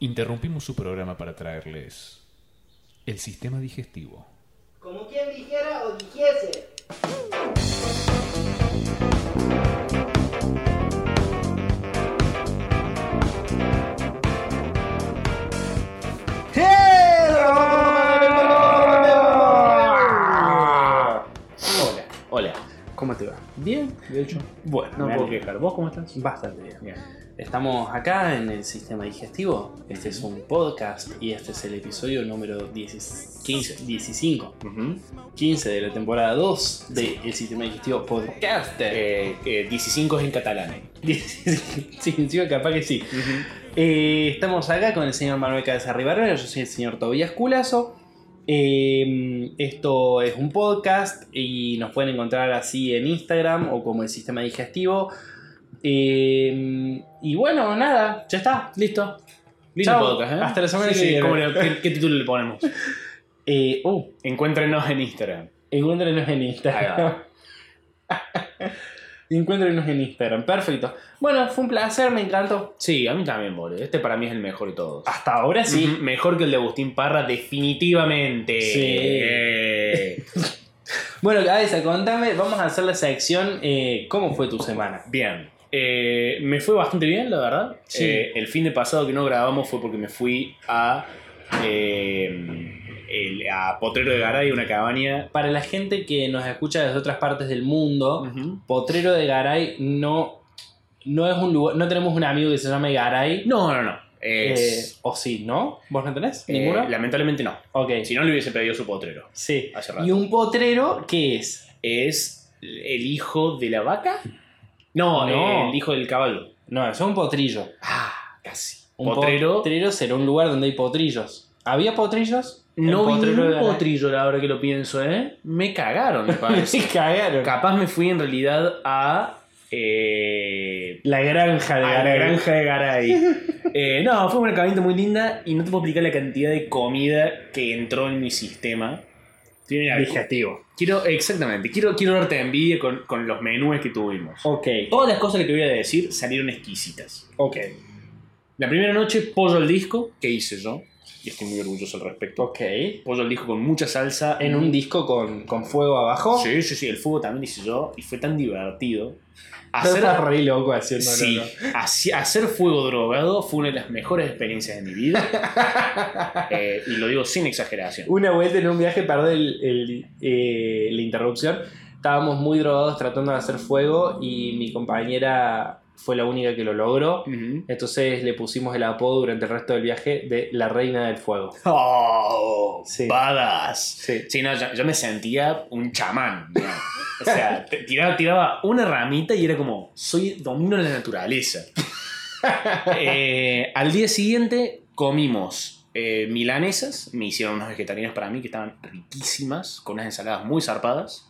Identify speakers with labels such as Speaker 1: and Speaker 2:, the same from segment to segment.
Speaker 1: Interrumpimos su programa para traerles el sistema digestivo.
Speaker 2: Como quien dijera o dijese.
Speaker 3: Hola,
Speaker 2: Hola.
Speaker 3: ¿cómo te va?
Speaker 2: Bien, de hecho.
Speaker 3: Bueno,
Speaker 2: No
Speaker 3: me
Speaker 2: puedo
Speaker 3: alegro.
Speaker 2: quejar. ¿Vos cómo estás?
Speaker 3: Bastante bien.
Speaker 2: Bien.
Speaker 3: Estamos acá en el sistema digestivo. Este es un podcast y este es el episodio número 10 15, 15, 15 de la temporada 2 de El Sistema Digestivo Podcast.
Speaker 2: Eh, eh, 15 es en catalán. eh.
Speaker 3: 15, sí, sí, capaz que sí. Eh, estamos acá con el señor Manuel Cabeza Rivera, yo soy el señor Tobías Culazo. Eh, esto es un podcast y nos pueden encontrar así en Instagram o como el sistema digestivo. Eh, y bueno, nada, ya está, listo.
Speaker 2: Lindo
Speaker 3: Chao,
Speaker 2: podcast, ¿eh?
Speaker 3: Hasta la semana
Speaker 2: Sí,
Speaker 3: que
Speaker 2: sí,
Speaker 3: viene.
Speaker 2: ¿cómo le- ¿qué, qué título le ponemos?
Speaker 3: Eh, uh,
Speaker 2: Encuéntrenos en Instagram.
Speaker 3: encuéntrenos en Instagram. encuéntrenos en Instagram, perfecto. Bueno, fue un placer, me encantó.
Speaker 2: Sí, a mí también, boludo. Este para mí es el mejor de todos.
Speaker 3: Hasta ahora sí.
Speaker 2: Ah. Ujú, Mejor que el de Agustín Parra, definitivamente.
Speaker 3: Sí.
Speaker 2: Eh,
Speaker 3: Bueno, cabeza, contame, vamos a hacer la sección eh, ¿Cómo fue tu semana?
Speaker 2: Bien. Eh, me fue bastante bien, la verdad.
Speaker 3: Sí.
Speaker 2: Eh, el fin de pasado que no grabamos fue porque me fui a. eh, el- a Potrero de Garay, una cabaña.
Speaker 3: Para la gente que nos escucha desde otras partes del mundo, Potrero de Garay no, no es un lugar, no tenemos un amigo que se llame Garay.
Speaker 2: No, no, no.
Speaker 3: eh,
Speaker 2: Es-
Speaker 3: o sí, ¿no? ¿Vos no tenés?
Speaker 2: eh,
Speaker 3: ¿Ninguno?
Speaker 2: lamentablemente no.
Speaker 3: Ok.
Speaker 2: Si no, le hubiese pedido su potrero.
Speaker 3: Sí.
Speaker 2: Hace rato.
Speaker 3: ¿Y un potrero qué es?
Speaker 2: ¿Es el hijo de la vaca? No,
Speaker 3: No.
Speaker 2: eh, el hijo del caballo.
Speaker 3: No, es un potrillo.
Speaker 2: Ah, casi.
Speaker 3: Un
Speaker 2: potrero.
Speaker 3: potrero será un lugar donde hay potrillos. ¿Había potrillos? en
Speaker 2: No vi
Speaker 3: Potrero de
Speaker 2: un
Speaker 3: Garay?
Speaker 2: potrillo la hora que lo pienso, ¿eh? Me cagaron, me parece.
Speaker 3: Me cagaron.
Speaker 2: Capaz me fui en realidad a. eh,
Speaker 3: La granja de
Speaker 2: a la
Speaker 3: Garay.
Speaker 2: granja de Garay. Eh, no, fue una cabañita muy linda y no te puedo explicar la cantidad de comida que entró en mi sistema. Tiene una-
Speaker 3: Digestivo.
Speaker 2: Quiero, exactamente, quiero, quiero darte envidia con, con los menús que tuvimos.
Speaker 3: Ok,
Speaker 2: Todas las cosas que te voy a decir salieron exquisitas.
Speaker 3: ok,
Speaker 2: La primera noche, pollo al disco, que hice yo, y estoy muy orgulloso al respecto.
Speaker 3: ok. En
Speaker 2: Pollo al disco con mucha salsa. Mm,
Speaker 3: un disco con, con fuego abajo.
Speaker 2: Sí, sí, sí, el fuego también hice yo, y fue tan divertido.
Speaker 3: Hacer
Speaker 2: Hacer,
Speaker 3: estás re loco haciendo
Speaker 2: sí, haci- hacer fuego drogado fue una de las mejores experiencias de mi vida. Eh, y lo digo sin exageración.
Speaker 3: Una vuelta en un viaje, perdón el, el, eh, la interrupción. Estábamos muy drogados tratando de hacer fuego y mi compañera fue la única que lo logró.
Speaker 2: Ujú.
Speaker 3: Entonces le pusimos el apodo durante el resto del viaje de la reina del fuego.
Speaker 2: ¡Oh!
Speaker 3: Sí.
Speaker 2: ¡Badass!
Speaker 3: Sí.
Speaker 2: Sí, no, yo, yo me sentía un chamán. ¿no? O sea, te- tiraba, tiraba una ramita y era como, soy domino de la naturaleza. Eh, al día siguiente comimos eh, milanesas, me hicieron unas vegetarianas para mí que estaban riquísimas, con unas ensaladas muy zarpadas.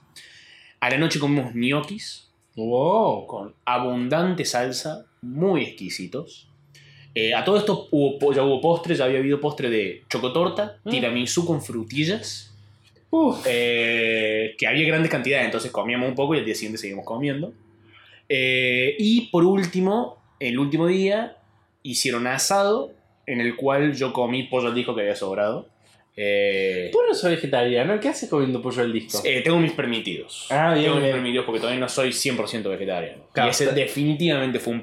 Speaker 2: A la noche comimos ñoquis
Speaker 3: Wow.
Speaker 2: con abundante salsa, muy exquisitos. Eh, a todo esto hubo, po- ya hubo postre, ya había habido postre de chocotorta,
Speaker 3: Mm.
Speaker 2: tiramisú con frutillas.
Speaker 3: Uf.
Speaker 2: Eh, que había grandes cantidades, entonces comíamos un poco y al día siguiente seguimos comiendo. Eh, y por último, el último día hicieron asado, en el cual yo comí pollo al disco que había sobrado. Eh,
Speaker 3: Vos no sos vegetariano, ¿qué haces comiendo pollo al disco?
Speaker 2: eh, tengo mis permitidos.
Speaker 3: Ah, bien,
Speaker 2: tengo mis
Speaker 3: bien.
Speaker 2: permitidos porque todavía no soy 100% vegetariano.
Speaker 3: Claro.
Speaker 2: Y ese definitivamente fue un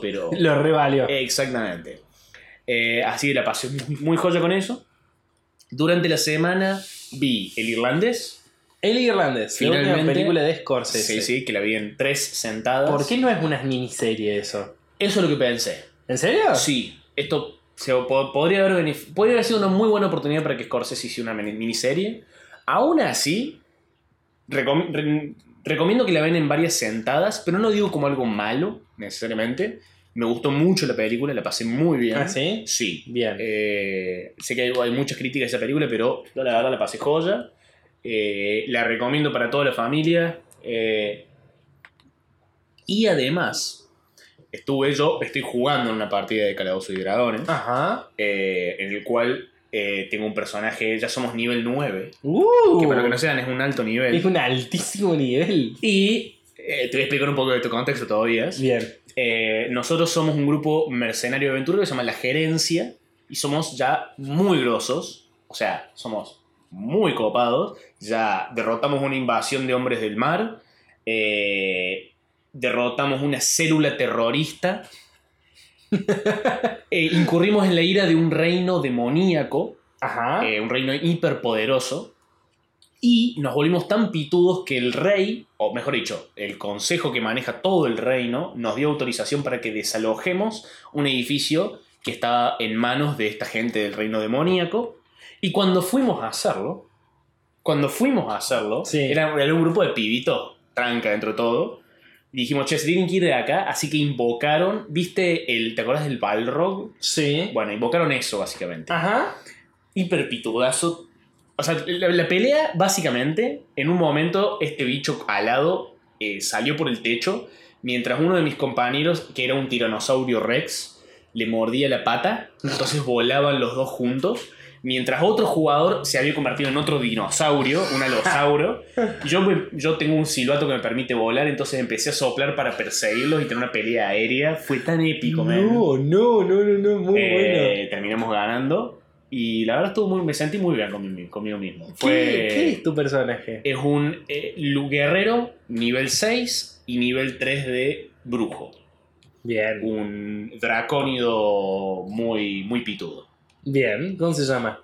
Speaker 2: pero...
Speaker 3: Lo revalió.
Speaker 2: Exactamente. Eh, así que la pasé muy, muy joya con eso. Durante la semana vi El Irlandés.
Speaker 3: El irlandés, la última
Speaker 2: Finalmente-
Speaker 3: película de
Speaker 2: Sí,
Speaker 3: Scorsese.
Speaker 2: sí, que la vi en tres sentadas.
Speaker 3: ¿Por qué no es una miniserie eso?
Speaker 2: Eso es lo que pensé.
Speaker 3: ¿En serio?
Speaker 2: Sí, esto se, po- podría, haber, benef- podría haber sido una muy buena oportunidad para que Scorsese hiciera una mini- miniserie. Aún así, recom- re- recomiendo que la ven en varias sentadas, pero no digo como algo malo, necesariamente. Me gustó mucho la película, la pasé muy bien.
Speaker 3: ¿Ah, sí?
Speaker 2: Sí.
Speaker 3: Bien.
Speaker 2: Eh, sé que hay, hay muchas críticas a esa película, pero yo la verdad la pasé joya. Eh, la recomiendo para toda la familia. Eh, y además, estuve yo, estoy jugando en una partida de Calabozo y Dragones,
Speaker 3: Ajá.
Speaker 2: eh, en el cual eh, tengo un personaje, ya somos nivel 9,
Speaker 3: Uh,
Speaker 2: que para lo que no sean es un alto nivel.
Speaker 3: es un altísimo nivel.
Speaker 2: Y eh, te voy a explicar un poco de tu contexto todavía.
Speaker 3: Bien.
Speaker 2: Eh, nosotros somos un grupo mercenario de aventura que se llama La Gerencia y somos ya muy grosos, o sea, somos muy copados, ya derrotamos una invasión de hombres del mar, eh, derrotamos una célula terrorista, eh, incurrimos en la ira de un reino demoníaco,
Speaker 3: Ajá.
Speaker 2: eh, un reino hiperpoderoso, y nos volvimos tan pitudos que el rey, o mejor dicho, el consejo que maneja todo el reino, nos dio autorización para que desalojemos un edificio que estaba en manos de esta gente del reino demoníaco. Y cuando fuimos a hacerlo, cuando fuimos a hacerlo,
Speaker 3: Sí.
Speaker 2: era, era un grupo de pibitos, tranca dentro de todo. y Dijimos, che, se tienen que ir de acá, así que invocaron, ¿viste el, te acuerdas del Balrog?
Speaker 3: sí.
Speaker 2: Bueno, invocaron eso básicamente
Speaker 3: Ajá.
Speaker 2: hiperpitudazo. O sea, la, la pelea, básicamente, en un momento, este bicho alado eh, salió por el techo, mientras uno de mis compañeros, que era un tiranosaurio rex, le mordía la pata, entonces volaban los dos juntos, mientras otro jugador se había convertido en otro dinosaurio, un alosauro, y yo, me- yo tengo un silbato que me permite volar, entonces empecé a soplar para perseguirlos y tener una pelea aérea, fue tan épico, man.
Speaker 3: no, no, no, no, no, muy
Speaker 2: Eh, Terminamos ganando. Y la verdad estuvo muy, me sentí muy bien conmigo, conmigo mismo.
Speaker 3: bueno.
Speaker 2: Fue,
Speaker 3: ¿Qué, qué es tu personaje?
Speaker 2: Es un eh, lu- guerrero nivel 6 y nivel 3 de brujo. Uh.
Speaker 3: Bien.
Speaker 2: Un dracónido muy, muy pitudo.
Speaker 3: Bien. ¿Cómo se llama?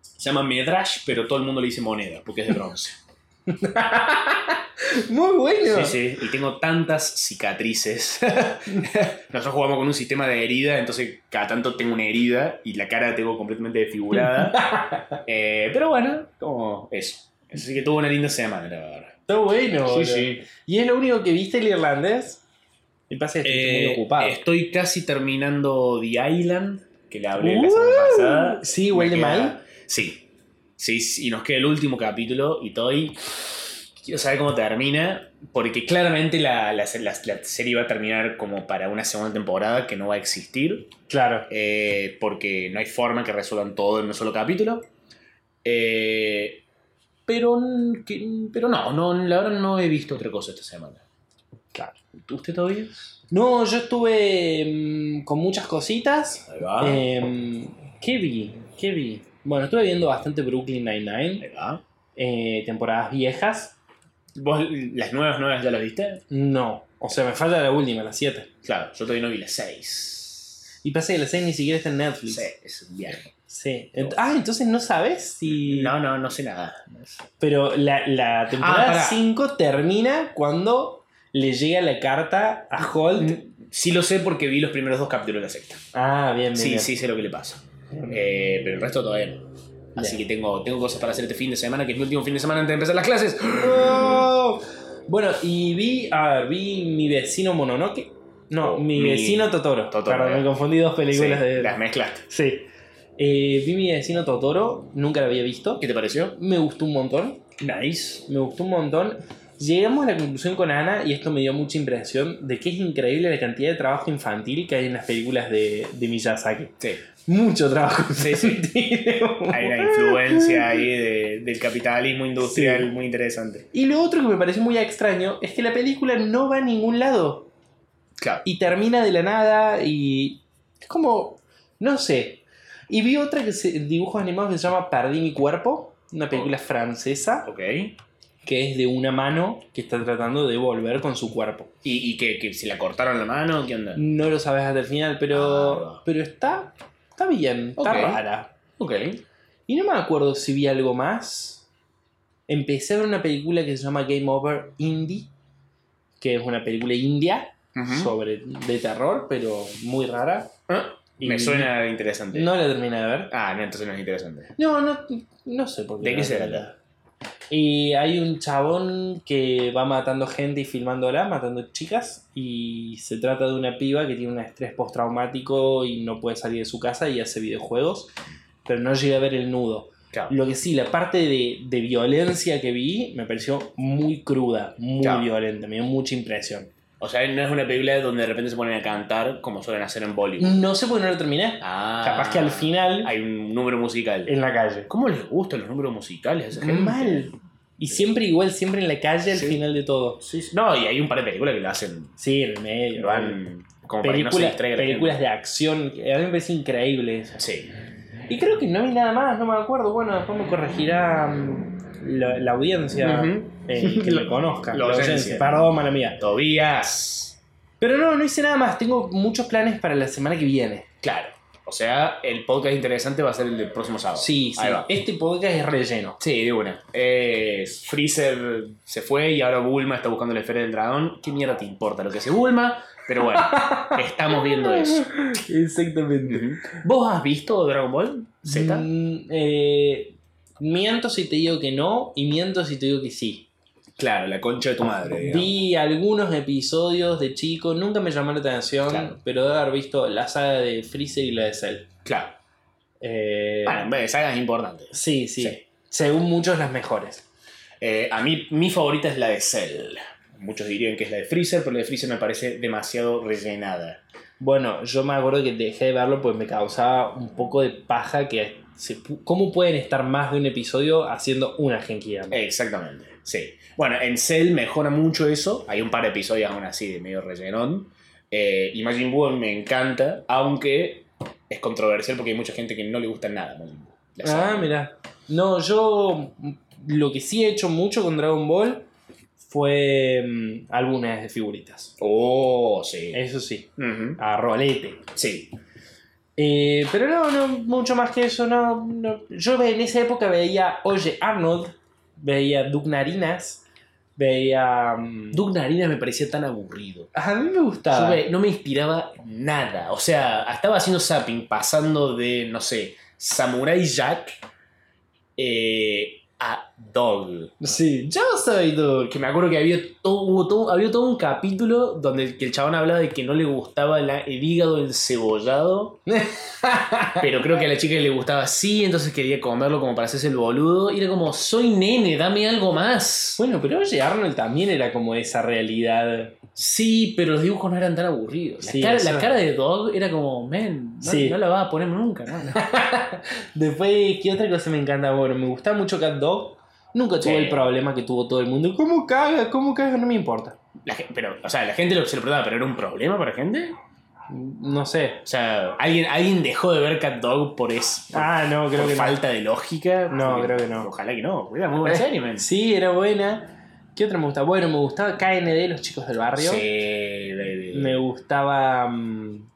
Speaker 2: Se llama Medrash, pero todo el mundo le dice moneda, porque es de bronce.
Speaker 3: Muy bueno.
Speaker 2: Sí, sí, y tengo tantas cicatrices. Nosotros jugamos con un sistema de herida, entonces cada tanto tengo una herida y la cara la tengo completamente desfigurada. Eh, pero bueno, como eso. Así que tuve una linda semana, la verdad.
Speaker 3: Está bueno.
Speaker 2: Sí,
Speaker 3: boludo.
Speaker 2: sí.
Speaker 3: ¿Y es lo único que viste el irlandés? El pase
Speaker 2: Eh,
Speaker 3: muy ocupado.
Speaker 2: estoy casi terminando The Island, que la hablé la
Speaker 3: Uh,
Speaker 2: semana pasada.
Speaker 3: sí,
Speaker 2: Me
Speaker 3: huele
Speaker 2: queda-
Speaker 3: mal.
Speaker 2: Sí. sí. sí, Y nos queda el último capítulo y estoy. Quiero saber cómo termina, porque claramente la, la, se- la- la serie va a terminar como para una segunda temporada que no va a existir,
Speaker 3: Claro.
Speaker 2: eh, porque no hay forma que resuelvan todo en un solo capítulo. Eh, pero, n- que- pero no, no, la verdad no he visto otra cosa esta semana.
Speaker 3: Claro.
Speaker 2: ¿Usted todavía?
Speaker 3: No, yo estuve mm, con muchas cositas.
Speaker 2: Ahí va.
Speaker 3: Em, ¿Qué vi? ¿Qué vi? Bueno, estuve viendo bastante Brooklyn Nine-Nine,
Speaker 2: Ahí va.
Speaker 3: eh, temporadas viejas.
Speaker 2: ¿Vos las nuevas nuevas ya las viste?
Speaker 3: No, o sea, me falta la última, la 7.
Speaker 2: Claro, yo todavía no vi las seis.
Speaker 3: Y pasa que la 6 ni siquiera está en Netflix.
Speaker 2: Sí, es un viaje.
Speaker 3: Sí. Ent- ah, entonces no sabes si.
Speaker 2: No, no, no sé nada. No sé.
Speaker 3: Pero la, la temporada
Speaker 2: pará.
Speaker 3: 5 termina cuando le llega la carta a Holt.
Speaker 2: Sí lo sé porque vi los primeros dos capítulos de la sexta.
Speaker 3: Ah, bien, bien.
Speaker 2: Sí,
Speaker 3: bien.
Speaker 2: sí sé lo que le pasa. Eh, pero el resto todavía no. Así
Speaker 3: Bien.
Speaker 2: que tengo, tengo cosas para hacer este fin de semana, que es mi último fin de semana antes de empezar las clases.
Speaker 3: ¡Oh! Bueno, y vi. A ver, vi mi vecino Mononoke. No,
Speaker 2: Oh,
Speaker 3: mi,
Speaker 2: mi-
Speaker 3: vecino Totoro.
Speaker 2: Totoro,
Speaker 3: Perdón,
Speaker 2: eh.
Speaker 3: me confundí dos películas
Speaker 2: Sí,
Speaker 3: de.
Speaker 2: Las mezclaste.
Speaker 3: Sí. Eh, vi mi vecino Totoro, nunca la había visto.
Speaker 2: ¿Qué te pareció?
Speaker 3: Me gustó un montón.
Speaker 2: Nice.
Speaker 3: Me gustó un montón. Llegamos a la conclusión con Ana, y esto me dio mucha impresión, de que es increíble la cantidad de trabajo infantil que hay en las películas de, de Miyazaki.
Speaker 2: Sí.
Speaker 3: Mucho trabajo
Speaker 2: Sí, sí.
Speaker 3: infantil.
Speaker 2: Hay una influencia ahí de- del capitalismo industrial muy interesante.
Speaker 3: Y lo otro que me pareció muy extraño es que la película no va a ningún lado.
Speaker 2: Claro.
Speaker 3: y termina de la nada y es como, no sé. Y vi otra que se, dibujos animados que se llama Perdí mi cuerpo, una película francesa
Speaker 2: Ok.
Speaker 3: que es de una mano que está tratando de volver con su cuerpo.
Speaker 2: ¿Y, y que, que se la cortaron la mano? ¿Qué onda?
Speaker 3: No lo sabes hasta el final, pero
Speaker 2: Ah.
Speaker 3: pero está está bien, está
Speaker 2: Ok.
Speaker 3: rara.
Speaker 2: Ok.
Speaker 3: Y no me acuerdo si vi algo más. Empecé a ver una película que se llama Game Over Indie, que es una película india
Speaker 2: Ujú.
Speaker 3: sobre de terror, pero muy rara.
Speaker 2: Ah, Me
Speaker 3: Y-
Speaker 2: suena interesante.
Speaker 3: No la terminé de ver.
Speaker 2: Ah, no, entonces no es interesante.
Speaker 3: No, no, no sé por qué.
Speaker 2: ¿De qué se trata?
Speaker 3: Y hay un chabón que va matando gente y filmándola, matando chicas. Y se trata de una piba que tiene un estrés postraumático y no puede salir de su casa y hace videojuegos. Pero no llegué a ver el nudo.
Speaker 2: Claro.
Speaker 3: Lo que sí, la parte de, de violencia que vi me pareció muy cruda, muy
Speaker 2: Claro.
Speaker 3: violenta, me dio mucha impresión.
Speaker 2: O sea, no es una película donde de repente se ponen a cantar como suelen hacer en Bollywood.
Speaker 3: No sé por qué no lo terminé.
Speaker 2: Ah.
Speaker 3: Capaz que al final,
Speaker 2: Hay un número musical.
Speaker 3: en la calle.
Speaker 2: ¿Cómo les gustan los números musicales a esa gente?
Speaker 3: Mal, Y siempre igual, siempre en la calle al
Speaker 2: Sí.
Speaker 3: final de todo.
Speaker 2: Sí, sí. No, y hay un par de películas que lo hacen.
Speaker 3: Sí, en el medio.
Speaker 2: Lo han. Como para que no se
Speaker 3: películas
Speaker 2: distraiga la
Speaker 3: películas de acción. que A mí me parece increíble eso.
Speaker 2: gente. Sí.
Speaker 3: Y creo que no vi nada más, no me acuerdo. Bueno, después me corregirá mm, la, la audiencia
Speaker 2: Ujú.
Speaker 3: eh, que lo conozca.
Speaker 2: La audiencia.
Speaker 3: Perdón, mala mía.
Speaker 2: Tobías.
Speaker 3: Pero no, no hice nada más. Tengo muchos planes para la semana que viene.
Speaker 2: Claro. O sea, el podcast interesante va a ser el del próximo sábado.
Speaker 3: Sí, sí.
Speaker 2: Ahí va.
Speaker 3: Este podcast es relleno.
Speaker 2: Sí, de una. Eh, Freezer se fue y ahora Bulma está buscando la esfera del dragón. ¿Qué mierda te importa lo que hace Bulma? Pero bueno, estamos viendo eso.
Speaker 3: Exactamente.
Speaker 2: ¿Vos has visto Dragon Ball Z?
Speaker 3: Mm, eh, miento si te digo que no y miento si te digo que sí.
Speaker 2: Claro, la concha de tu madre. digamos.
Speaker 3: Vi algunos episodios de chico, nunca me llamó la atención,
Speaker 2: Claro.
Speaker 3: pero debo haber visto la saga de Freezer y la de Cell.
Speaker 2: Claro.
Speaker 3: Eh,
Speaker 2: Bueno, en vez de sagas importantes.
Speaker 3: sí, sí,
Speaker 2: sí.
Speaker 3: Según muchos, las mejores.
Speaker 2: Eh, a mí, mi favorita es la de Cell. Muchos dirían que es la de Freezer, pero la de Freezer me parece demasiado rellenada.
Speaker 3: Bueno, yo me acuerdo que dejé de verlo pues me causaba un poco de paja que... se pu- ¿Cómo pueden estar más de un episodio haciendo una Genkidama?
Speaker 2: Eh, Exactamente, sí. Bueno, en Cell mejora mucho eso. Hay un par de episodios aún así de medio rellenón. Eh, y Majin Buu me encanta, aunque es controversial porque hay mucha gente que no le gusta nada Majin Buu. La
Speaker 3: Ah,
Speaker 2: saga.
Speaker 3: mira. No, yo mm, lo que sí he hecho mucho con Dragon Ball fue mm, álbumes de figuritas.
Speaker 2: Oh, sí.
Speaker 3: Eso sí,
Speaker 2: Ujú.
Speaker 3: a rolete.
Speaker 2: Sí.
Speaker 3: Eh, pero no, no, mucho más que eso, no, no. Yo ve- en esa época veía Oye Arnold, veía Doug Narinas, veía... mm,
Speaker 2: Doug Narinas me parecía tan aburrido.
Speaker 3: A mí me
Speaker 2: Yo,
Speaker 3: gustaba.
Speaker 2: ve, no me inspiraba nada. O sea, estaba haciendo zapping, pasando de, no sé, Samurai Jack eh, a Dog.
Speaker 3: Sí, yo soy Doug.
Speaker 2: Que me acuerdo que había todo, hubo todo- había todo un capítulo donde el, que el chabón hablaba de que no le gustaba la- el hígado encebollado. pero creo que a la chica le gustaba así, entonces quería comerlo como para hacerse el boludo. Y era como, soy nene, dame algo más.
Speaker 3: Bueno, pero Oye Arnold también era como esa realidad.
Speaker 2: Sí, pero los dibujos no eran tan aburridos. La,
Speaker 3: Sí,
Speaker 2: cara,
Speaker 3: eso
Speaker 2: la
Speaker 3: es
Speaker 2: cara de Dog era como, man, no,
Speaker 3: Sí.
Speaker 2: no la vas a poner nunca. ¿no?".
Speaker 3: Después, ¿qué otra cosa me encanta? Bueno, me gusta mucho Cat Dog. Nunca tuve
Speaker 2: Sí.
Speaker 3: el problema que tuvo todo el mundo. ¿Cómo caga? ¿Cómo caga? No me importa.
Speaker 2: La gen- pero, o sea, la gente lo- se lo preguntaba, pero era un problema para la gente.
Speaker 3: No sé.
Speaker 2: O sea, alguien, alguien dejó de ver Cat Dog por eso.
Speaker 3: Ah, no, creo
Speaker 2: por
Speaker 3: que no.
Speaker 2: falta de lógica.
Speaker 3: No,
Speaker 2: Porque-
Speaker 3: creo que no. Eh.
Speaker 2: Ojalá que no. Era muy buena serie, man.
Speaker 3: Sí, era buena. ¿Qué otra me gustaba? Bueno, me gustaba KND, los chicos del barrio.
Speaker 2: Sí, baby.
Speaker 3: Me gustaba. mm,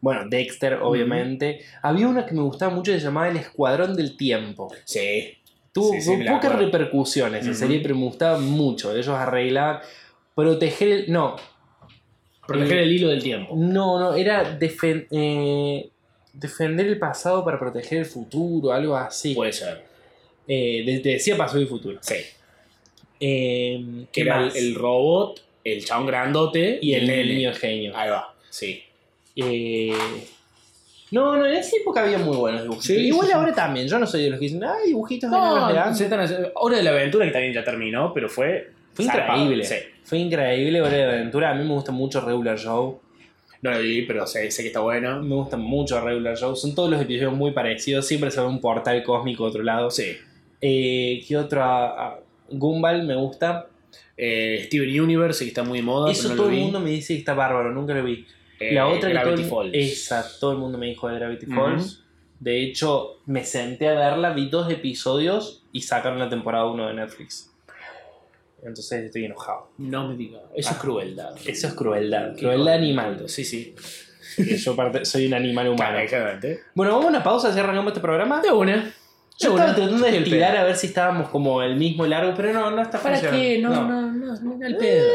Speaker 3: bueno, Dexter, obviamente. Había una que me gustaba mucho que se llamaba El Escuadrón del Tiempo.
Speaker 2: Sí.
Speaker 3: Tuvo
Speaker 2: Sí, sí, me la
Speaker 3: pocas
Speaker 2: acuerdo.
Speaker 3: repercusiones esa
Speaker 2: Ujú.
Speaker 3: serie, pero me gustaba mucho. Ellos arreglaban. Proteger el. No,
Speaker 2: Proteger el hilo del tiempo.
Speaker 3: No, no, era defen- eh, defender el pasado para proteger el futuro, algo así.
Speaker 2: Puede ser.
Speaker 3: Eh, de- te decía pasado y futuro.
Speaker 2: Sí.
Speaker 3: Eh,
Speaker 2: Que
Speaker 3: ¿Qué
Speaker 2: era el,
Speaker 3: más?
Speaker 2: el robot, el chabón grandote
Speaker 3: y el
Speaker 2: nene.
Speaker 3: niño genio.
Speaker 2: Ahí va. Sí.
Speaker 3: Eh, no, no, en esa época había muy buenos dibujitos.
Speaker 2: Sí, sí,
Speaker 3: Igual
Speaker 2: sí.
Speaker 3: ahora también. Yo no soy de los que dicen, ay, dibujitos de
Speaker 2: No,
Speaker 3: nenes de
Speaker 2: se
Speaker 3: antes".
Speaker 2: están haciendo- Hora de la aventura que también ya terminó, pero fue.
Speaker 3: Fue
Speaker 2: zarpado.
Speaker 3: increíble.
Speaker 2: Sí.
Speaker 3: Fue increíble Hora de Aventura. A mí me gusta mucho Regular Show.
Speaker 2: No lo vi, pero sé, sé que está bueno.
Speaker 3: Me gusta mucho Regular Show. Son todos los episodios muy parecidos. Siempre se ve un portal cósmico a otro lado.
Speaker 2: Sí.
Speaker 3: Eh, ¿Qué otro? Ah, Gumball me gusta.
Speaker 2: Eh, Steven Universe, sé que está muy de moda.
Speaker 3: Eso
Speaker 2: pero no
Speaker 3: todo
Speaker 2: lo
Speaker 3: el
Speaker 2: vi.
Speaker 3: mundo me dice que está bárbaro, nunca lo vi.
Speaker 2: Eh,
Speaker 3: la otra que todo
Speaker 2: Gravity
Speaker 3: el,
Speaker 2: Falls.
Speaker 3: Esa, todo el mundo me dijo de Gravity
Speaker 2: Ujú.
Speaker 3: Falls. De hecho, me senté a verla, vi dos episodios y sacaron la temporada 1 de Netflix. Entonces estoy enojado.
Speaker 2: No me digas. Eso es
Speaker 3: Ah.
Speaker 2: crueldad.
Speaker 3: Eso es crueldad.
Speaker 2: Qué
Speaker 3: Crueldad
Speaker 2: hijo de-
Speaker 3: animal.
Speaker 2: Sí, sí.
Speaker 3: que Yo parte- soy un animal humano.
Speaker 2: Claro, exactamente.
Speaker 3: Bueno, vamos a una pausa, así arrancamos este programa.
Speaker 2: De una. De
Speaker 3: Yo
Speaker 2: una.
Speaker 3: estaba tratando de
Speaker 2: El pedo.
Speaker 3: estirar a ver si estábamos como el mismo largo, pero no, no está
Speaker 2: ¿Para
Speaker 3: funcionando. Eh.
Speaker 2: qué? No, no, no, no, al pedo.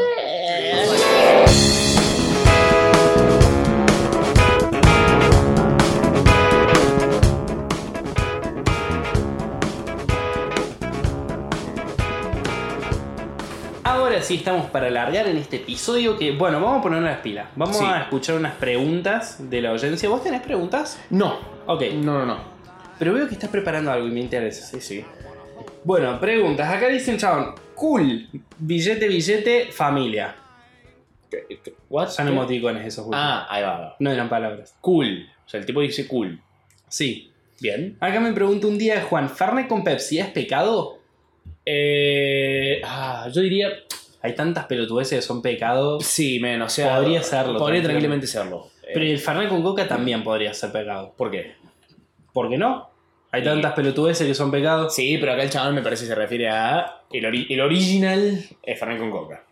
Speaker 3: Ahora sí estamos para alargar en este episodio que, bueno, vamos a poner las pilas. Vamos
Speaker 2: Sí.
Speaker 3: a escuchar unas preguntas de la audiencia. ¿Vos tenés preguntas?
Speaker 2: No.
Speaker 3: Ok,
Speaker 2: No, no, no.
Speaker 3: pero veo que estás preparando algo y me interesa.
Speaker 2: Sí, sí.
Speaker 3: Bueno, preguntas. Acá dicen, chabón, cool, billete, billete, familia.
Speaker 2: What?
Speaker 3: Son emoticones esos últimos.
Speaker 2: Ah, ahí va, va.
Speaker 3: No eran palabras.
Speaker 2: Cool. O sea, el tipo dice cool.
Speaker 3: Sí.
Speaker 2: Bien.
Speaker 3: Acá me pregunta un día, Juan, ¿Fernet con Pepsi es pecado?
Speaker 2: Eh, ah, yo diría.
Speaker 3: Hay tantas pelotudeces que son pecados.
Speaker 2: Sí, men, o sea.
Speaker 3: Podría serlo,
Speaker 2: Podría
Speaker 3: tranquilamente.
Speaker 2: tranquilamente serlo. Eh,
Speaker 3: Pero el Fernet con coca también podría ser pecado.
Speaker 2: ¿Por qué?
Speaker 3: ¿Por qué no? Hay tantas pelotudeces que son pecados.
Speaker 2: Sí, pero acá el chaval me parece que se refiere a. El, ori- el original es Fernet con Coca.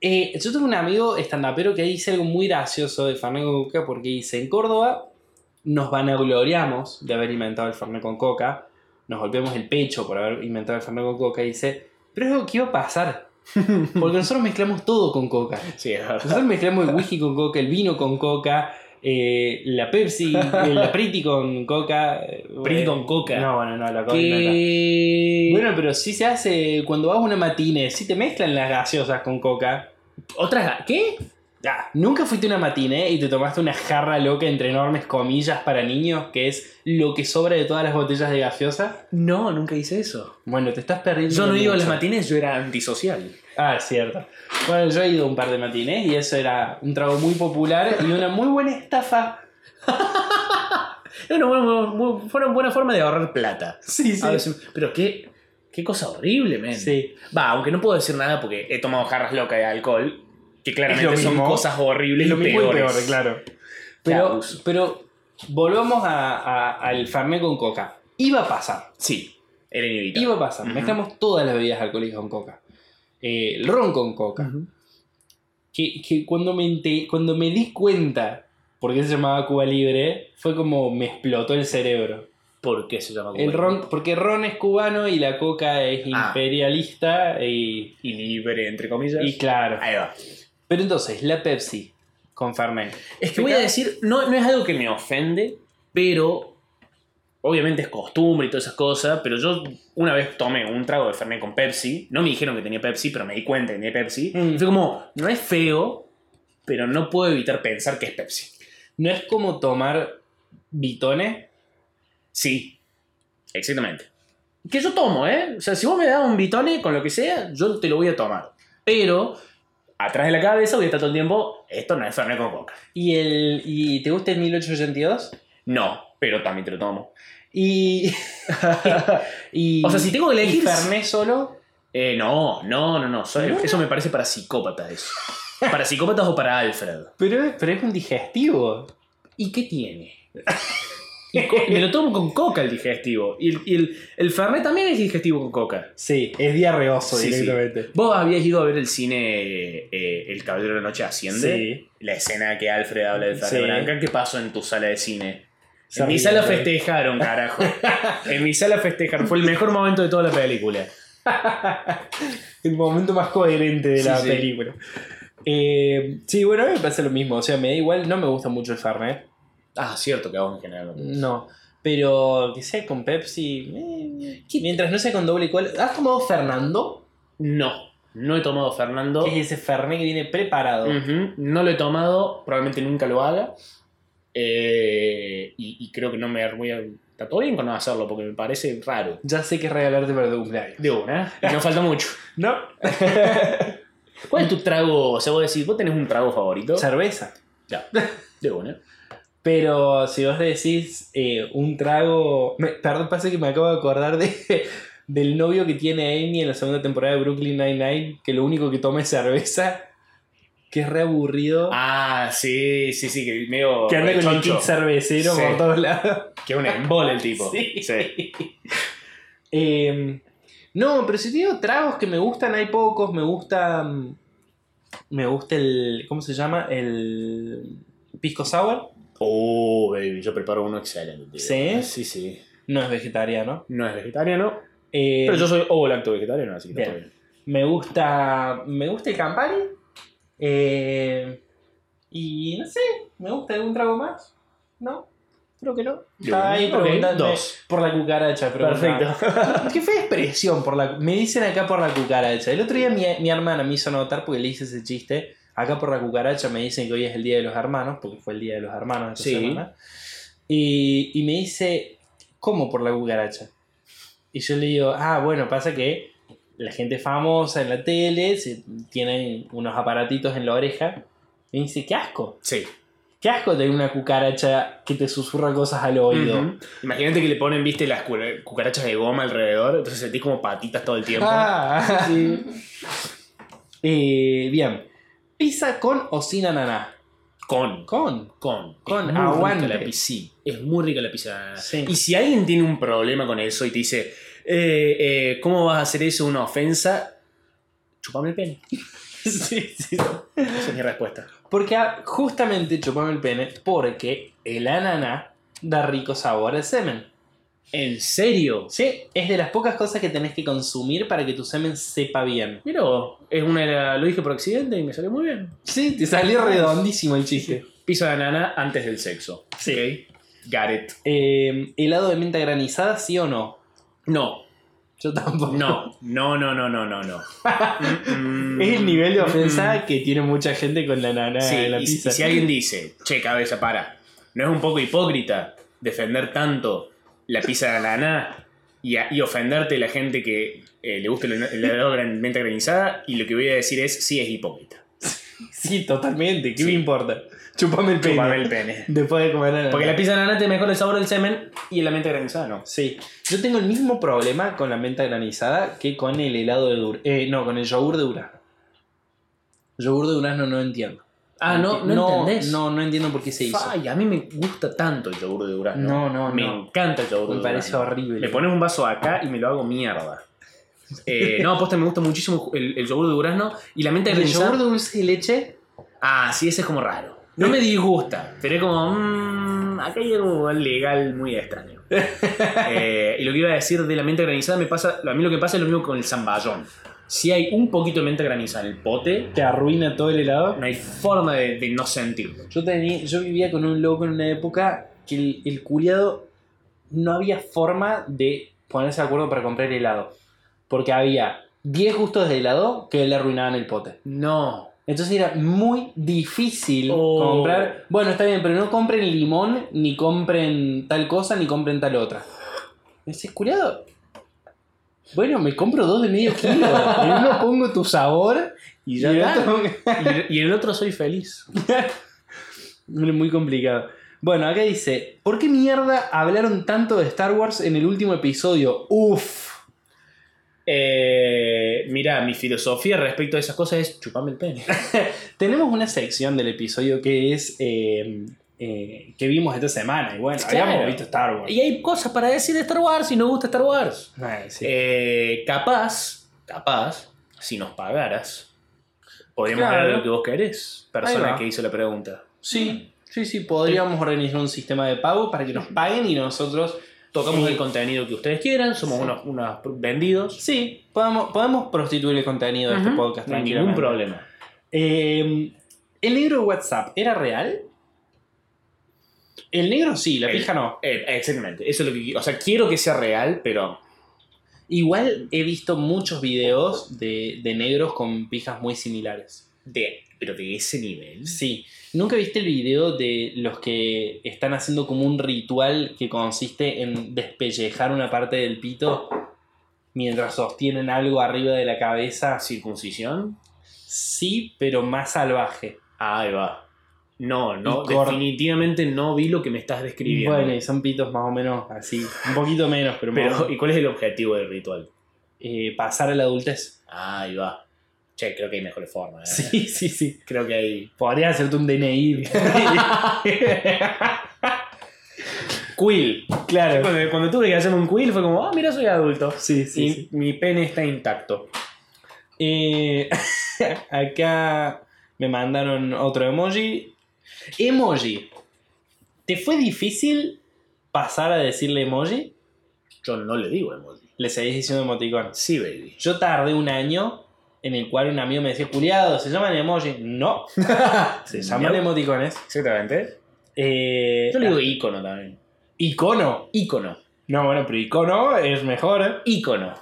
Speaker 3: Eh, yo tengo un amigo estandapero que dice algo muy gracioso del Fernet con coca porque dice: En Córdoba nos vanagloriamos de haber inventado el Fernet con coca. Nos golpeamos el pecho por haber inventado el Fernet con coca. Y dice: Pero es algo que iba a pasar. Porque nosotros mezclamos todo con coca.
Speaker 2: Sí, es verdad.
Speaker 3: Nosotros mezclamos el whisky con coca, el vino con coca, eh, la Pepsi, eh, la Priti con coca. eh,
Speaker 2: Priti con coca.
Speaker 3: No, bueno, no, la coca. no, no.
Speaker 2: Que-
Speaker 3: Bueno, pero sí se hace cuando vas a una matine, sí te mezclan las gaseosas con coca.
Speaker 2: ¿Otras? ¿Qué?
Speaker 3: Ah, Nunca fuiste a una matine y te tomaste una jarra loca entre enormes comillas para niños, que es lo que sobra de todas las botellas de gaseosa.
Speaker 2: No, nunca hice eso.
Speaker 3: Bueno, te estás perdiendo.
Speaker 2: Yo no iba a las
Speaker 3: mucho.
Speaker 2: matines, yo era antisocial.
Speaker 3: Ah, cierto. Bueno, yo he ido a un par de matines y eso era un trago muy popular y una muy buena estafa.
Speaker 2: Era una buena, muy- fue una buena forma de ahorrar plata.
Speaker 3: Sí,
Speaker 2: A veces- pero qué, qué cosa horrible, men.
Speaker 3: Sí.
Speaker 2: Va, aunque no puedo decir nada porque he tomado jarras locas de alcohol, que claramente
Speaker 3: Es lo
Speaker 2: son
Speaker 3: mismo.
Speaker 2: cosas horribles
Speaker 3: Es lo
Speaker 2: y
Speaker 3: mismo y
Speaker 2: peores.
Speaker 3: peor, claro.
Speaker 2: Claro,
Speaker 3: Pero,
Speaker 2: abuso.
Speaker 3: pero volvamos a- a- al Fernet con coca. Iba a pasar.
Speaker 2: Sí, era inevitable.
Speaker 3: Iba a pasar.
Speaker 2: Ujú.
Speaker 3: Mezclamos todas las bebidas alcohólicas con coca. Eh, el ron con coca. Que, que cuando, me ente- cuando me di cuenta por qué se llamaba Cuba Libre, fue como me explotó el cerebro.
Speaker 2: ¿Por qué se llama
Speaker 3: El
Speaker 2: Cuba?
Speaker 3: ron, porque ron es cubano y la coca es
Speaker 2: Ah.
Speaker 3: imperialista y,
Speaker 2: Y libre, entre comillas.
Speaker 3: y claro.
Speaker 2: Ahí va.
Speaker 3: Pero entonces, la Pepsi con Fernet.
Speaker 2: Es que voy a decir, no, no es algo que me ofende, pero obviamente es costumbre y todas esas cosas, pero yo una vez tomé un trago de Fernet con Pepsi, no me dijeron que tenía Pepsi, pero me di cuenta que tenía Pepsi,
Speaker 3: Mm.
Speaker 2: y fue como, no es feo, pero no puedo evitar pensar que es Pepsi.
Speaker 3: No es como tomar bitones.
Speaker 2: Sí, exactamente. Que yo tomo, ¿eh? O sea, si vos me das un bitone con lo que sea, yo te lo voy a tomar. Pero, atrás de la cabeza voy a estar todo el tiempo, esto no es Fernet con Coca.
Speaker 3: ¿Y, el, y te gusta el 1882?
Speaker 2: No, pero también te lo tomo.
Speaker 3: Y. y
Speaker 2: O sea, si tengo que
Speaker 3: ¿y
Speaker 2: elegir...
Speaker 3: Fernet solo.
Speaker 2: Eh, no, no, no, no. Soy-
Speaker 3: ¿No?
Speaker 2: Eso me parece para psicópatas. Eso. Para psicópatas o para Alfred.
Speaker 3: Pero, pero es un digestivo.
Speaker 2: ¿Y qué tiene? Y co- me lo tomo con coca el digestivo. Y el, y el, el Fernet también es digestivo con coca.
Speaker 3: Sí, es diarreoso
Speaker 2: Sí, sí.
Speaker 3: directamente.
Speaker 2: Vos habías ido a ver el cine eh, eh, El Caballero de la Noche Asciende.
Speaker 3: Sí.
Speaker 2: La escena que Alfred habla del Fernet
Speaker 3: Sí.
Speaker 2: Branca. ¿Qué pasó en tu sala de cine?
Speaker 3: Se
Speaker 2: En mi
Speaker 3: ríe,
Speaker 2: sala
Speaker 3: Alfred.
Speaker 2: festejaron, carajo. eh. En mi sala festejaron. Fue el mejor momento de toda la película.
Speaker 3: El momento más coherente de la
Speaker 2: Sí, sí.
Speaker 3: película. Eh, sí, bueno, a mí me pasa lo mismo. O sea, me da igual, no me gusta mucho el Fernet.
Speaker 2: Ah, cierto que a vos en general no te gusta.
Speaker 3: No. Pero que sea con Pepsi. eh, mientras no sea con doble cual. ¿Has tomado Fernando?
Speaker 2: No, no Mm. he tomado Fernando.
Speaker 3: Que es ese Fernet que viene preparado.
Speaker 2: Ujú, No lo he tomado, probablemente nunca lo haga. Eh, y, y creo que no me voy a. Está todo bien con no hacerlo porque me parece raro.
Speaker 3: Ya sé que es regalarte para tu cumpleaños.
Speaker 2: De una, y no falta mucho.
Speaker 3: No.
Speaker 2: ¿Cuál es tu trago? O sea, vos decís, vos tenés un trago favorito.
Speaker 3: Cerveza.
Speaker 2: Ya, de una.
Speaker 3: Pero si vos decís eh, un trago. me- perdón, pasa que me acabo de acordar de, del novio que tiene Amy en la segunda temporada de Brooklyn Nine-Nine, que lo único que toma es cerveza, que es re aburrido.
Speaker 2: Ah, sí, sí, sí, que medio.
Speaker 3: que anda con el
Speaker 2: choncho.
Speaker 3: kit cervecero
Speaker 2: Sí.
Speaker 3: por todos lados.
Speaker 2: Que es un embole el tipo.
Speaker 3: Sí.
Speaker 2: Sí.
Speaker 3: Eh, no, pero si te digo tragos que me gustan, hay pocos. Me gusta. mm, Me gusta el. ¿Cómo se llama? El. Pisco Sour.
Speaker 2: Oh, baby, yo preparo uno excelente. tío.
Speaker 3: ¿Sí?
Speaker 2: Sí, sí.
Speaker 3: No es vegetariano.
Speaker 2: No es vegetariano,
Speaker 3: Eh,
Speaker 2: pero yo soy ovo lacto vegetariano, así que
Speaker 3: Bien.
Speaker 2: está todo bien.
Speaker 3: Me gusta. Me gusta el Campari. Eh, y no sé, me gusta algún trago más. ¿No? Creo que no. Estaba ahí
Speaker 2: Ok,
Speaker 3: preguntando
Speaker 2: dos.
Speaker 3: por la cucaracha, pero Qué fea expresión por la. Me dicen acá por la cucaracha. El otro día mi, mi hermana me hizo notar porque le hice ese chiste. Acá por la cucaracha me dicen que hoy es el día de los hermanos, porque fue el día de los hermanos esta
Speaker 2: Sí.
Speaker 3: semana. Y, y me dice, ¿cómo por la cucaracha? Y yo le digo, ah, bueno, pasa que la gente famosa en la tele se- tienen unos aparatitos en la oreja. Y me dice, qué asco.
Speaker 2: Sí.
Speaker 3: Qué asco tener una cucaracha que te susurra cosas al oído.
Speaker 2: Ujú. Imagínate que le ponen, viste, las cu- cucarachas de goma alrededor, entonces sentís como patitas todo el tiempo.
Speaker 3: Ah, Eh, bien. Pizza con o sin ananá.
Speaker 2: Con.
Speaker 3: Con.
Speaker 2: Con.
Speaker 3: Con,
Speaker 2: Es muy
Speaker 3: aguante.
Speaker 2: rica la pizza. Sí, es muy rica la pizza.
Speaker 3: Sí.
Speaker 2: Y si alguien tiene un problema con eso y te dice, eh, eh, ¿cómo vas a hacer eso una ofensa? Chupame el pene.
Speaker 3: sí, sí.
Speaker 2: Esa es mi respuesta.
Speaker 3: Porque ah, justamente chupame el pene porque el ananá da rico sabor al semen.
Speaker 2: ¿En serio?
Speaker 3: Sí, es de las pocas cosas que tenés que consumir para que tu semen sepa bien.
Speaker 2: Mira, vos, es una, de la- lo dije por accidente y me salió muy bien.
Speaker 3: Sí, te salió redondísimo el chiste.
Speaker 2: Pizza de nana antes del sexo.
Speaker 3: Sí.
Speaker 2: Ok. Got it.
Speaker 3: Eh, ¿Helado de menta granizada, sí o no?
Speaker 2: No,
Speaker 3: Yo tampoco.
Speaker 2: no, no, no, no, no, no, no. Mm, mm.
Speaker 3: Es el nivel de ofensa
Speaker 2: Mm,
Speaker 3: que tiene mucha gente con la nana
Speaker 2: mm. Sí,
Speaker 3: en la
Speaker 2: y- y
Speaker 3: pizza.
Speaker 2: si alguien dice, che, cabeza, para, ¿no es un poco hipócrita defender tanto la pizza de nana y, a- y ofenderte la gente que eh, le gusta el el helado de gran- menta granizada? Y lo que voy a decir es, sí es hipócrita.
Speaker 3: Sí, totalmente. ¿Qué
Speaker 2: Sí.
Speaker 3: me importa? Chupame el pene.
Speaker 2: Chupame el pene.
Speaker 3: Después de comer la nana.
Speaker 2: Porque la pizza de nana te mejora el sabor del semen y la menta granizada no.
Speaker 3: Sí. Yo tengo el mismo problema con la menta granizada que con el helado de dur... Eh, no, con el yogur de durazno. Yogur de durazno no entiendo.
Speaker 2: Ah, no, no, entendés.
Speaker 3: No, no entiendo por qué se hizo.
Speaker 2: Ay, a mí me gusta tanto el yogur de durazno.
Speaker 3: No, no,
Speaker 2: Me
Speaker 3: no.
Speaker 2: encanta el yogur de
Speaker 3: Me parece
Speaker 2: durazno.
Speaker 3: horrible.
Speaker 2: Le pones un vaso acá y me lo hago mierda. Eh, no, aposta, me gusta muchísimo el, el yogur de durazno y la menta
Speaker 3: el
Speaker 2: granizada.
Speaker 3: yogur de Eh. dulce de leche.
Speaker 2: Ah, sí, ese es como raro. No me disgusta, pero es como. mm, acá hay algo legal muy extraño. Eh, y lo que iba a decir de la menta granizada, me pasa, a mí lo que pasa es lo mismo con el zamballón. Si hay un poquito de menta granizada en el pote,
Speaker 3: Te arruina todo el helado.
Speaker 2: no hay forma de, de no sentirlo.
Speaker 3: Yo, tenía, yo vivía con un loco en una época que el, el culiado no había forma de ponerse de acuerdo para comprar helado. Porque había 10 gustos de helado que le arruinaban el pote.
Speaker 2: No.
Speaker 3: Entonces era muy difícil
Speaker 2: Oh.
Speaker 3: comprar. Bueno, está bien, pero no compren limón, ni compren tal cosa, ni compren tal otra. Me dices, culiado. Bueno, me compro dos de medio kilo. En uno pongo tu sabor y ya
Speaker 2: Y, y en el otro soy feliz.
Speaker 3: Muy complicado. Bueno, acá dice, ¿por qué mierda hablaron tanto de Star Wars en el último episodio? Uf.
Speaker 2: Eh, mira, mi filosofía respecto a esas cosas es chupame el pene.
Speaker 3: Tenemos una sección del episodio que es eh, eh, que vimos esta semana. Y bueno,
Speaker 2: Claro.
Speaker 3: habíamos visto Star Wars.
Speaker 2: y hay cosas para decir de Star Wars y no gusta Star Wars.
Speaker 3: Ay, sí.
Speaker 2: Eh, capaz, capaz, si nos pagaras, podríamos
Speaker 3: Claro.
Speaker 2: hablar de lo que vos querés,
Speaker 3: Ahí va.
Speaker 2: persona que hizo la pregunta.
Speaker 3: sí, sí, sí, podríamos organizar un sistema de pago para que nos paguen y nosotros
Speaker 2: Tocamos
Speaker 3: Sí.
Speaker 2: el contenido que ustedes quieran, somos
Speaker 3: Sí.
Speaker 2: unos, unos vendidos.
Speaker 3: Sí, podemos, podemos prostituir el contenido de este
Speaker 2: Ujú.
Speaker 3: podcast
Speaker 2: No hay
Speaker 3: tranquilamente.
Speaker 2: ningún problema.
Speaker 3: Eh, ¿El negro de WhatsApp era real? El negro sí, la
Speaker 2: El-
Speaker 3: pija no.
Speaker 2: Eh, exactamente, eso es lo que qui- O sea, quiero que sea real, pero
Speaker 3: Igual he visto muchos videos de, de negros con pijas muy similares.
Speaker 2: de, pero de ese nivel.
Speaker 3: Sí. ¿Nunca viste el video de los que están haciendo como un ritual que consiste en despellejar una parte del pito mientras sostienen algo arriba de la cabeza?
Speaker 2: Circuncisión.
Speaker 3: Sí, pero más salvaje.
Speaker 2: Ahí va. No, no,
Speaker 3: Y cor-
Speaker 2: definitivamente no vi lo que me estás describiendo.
Speaker 3: Bueno, y son pitos más o menos así. Un poquito menos, pero, más o
Speaker 2: Pero,
Speaker 3: menos.
Speaker 2: ¿y cuál es el objetivo del ritual?
Speaker 3: Eh, pasar a la adultez.
Speaker 2: Ahí va. Che, creo que hay mejores formas. ¿eh?
Speaker 3: Sí, sí, sí.
Speaker 2: Creo que hay.
Speaker 3: Podría hacerte un DNI.
Speaker 2: Quill.
Speaker 3: claro.
Speaker 2: Cuando, cuando tuve que hacerme un quill fue como, ah, mira, soy adulto.
Speaker 3: Sí,
Speaker 2: y
Speaker 3: sí. sí.
Speaker 2: mi pene está intacto.
Speaker 3: Eh, acá me mandaron otro emoji. Emoji. ¿Te fue difícil pasar a decirle emoji?
Speaker 2: Yo no le digo emoji.
Speaker 3: Le seguís diciendo emoticón.
Speaker 2: Sí, baby.
Speaker 3: Yo tardé un año en el cual un amigo me decía, culiado, ¿se llaman emoji? No, se llaman
Speaker 2: No.
Speaker 3: emoticones.
Speaker 2: Exactamente.
Speaker 3: Eh,
Speaker 2: Yo le digo icono también.
Speaker 3: icono.
Speaker 2: Icono.
Speaker 3: No, bueno, pero icono es mejor. ¿eh?
Speaker 2: ícono.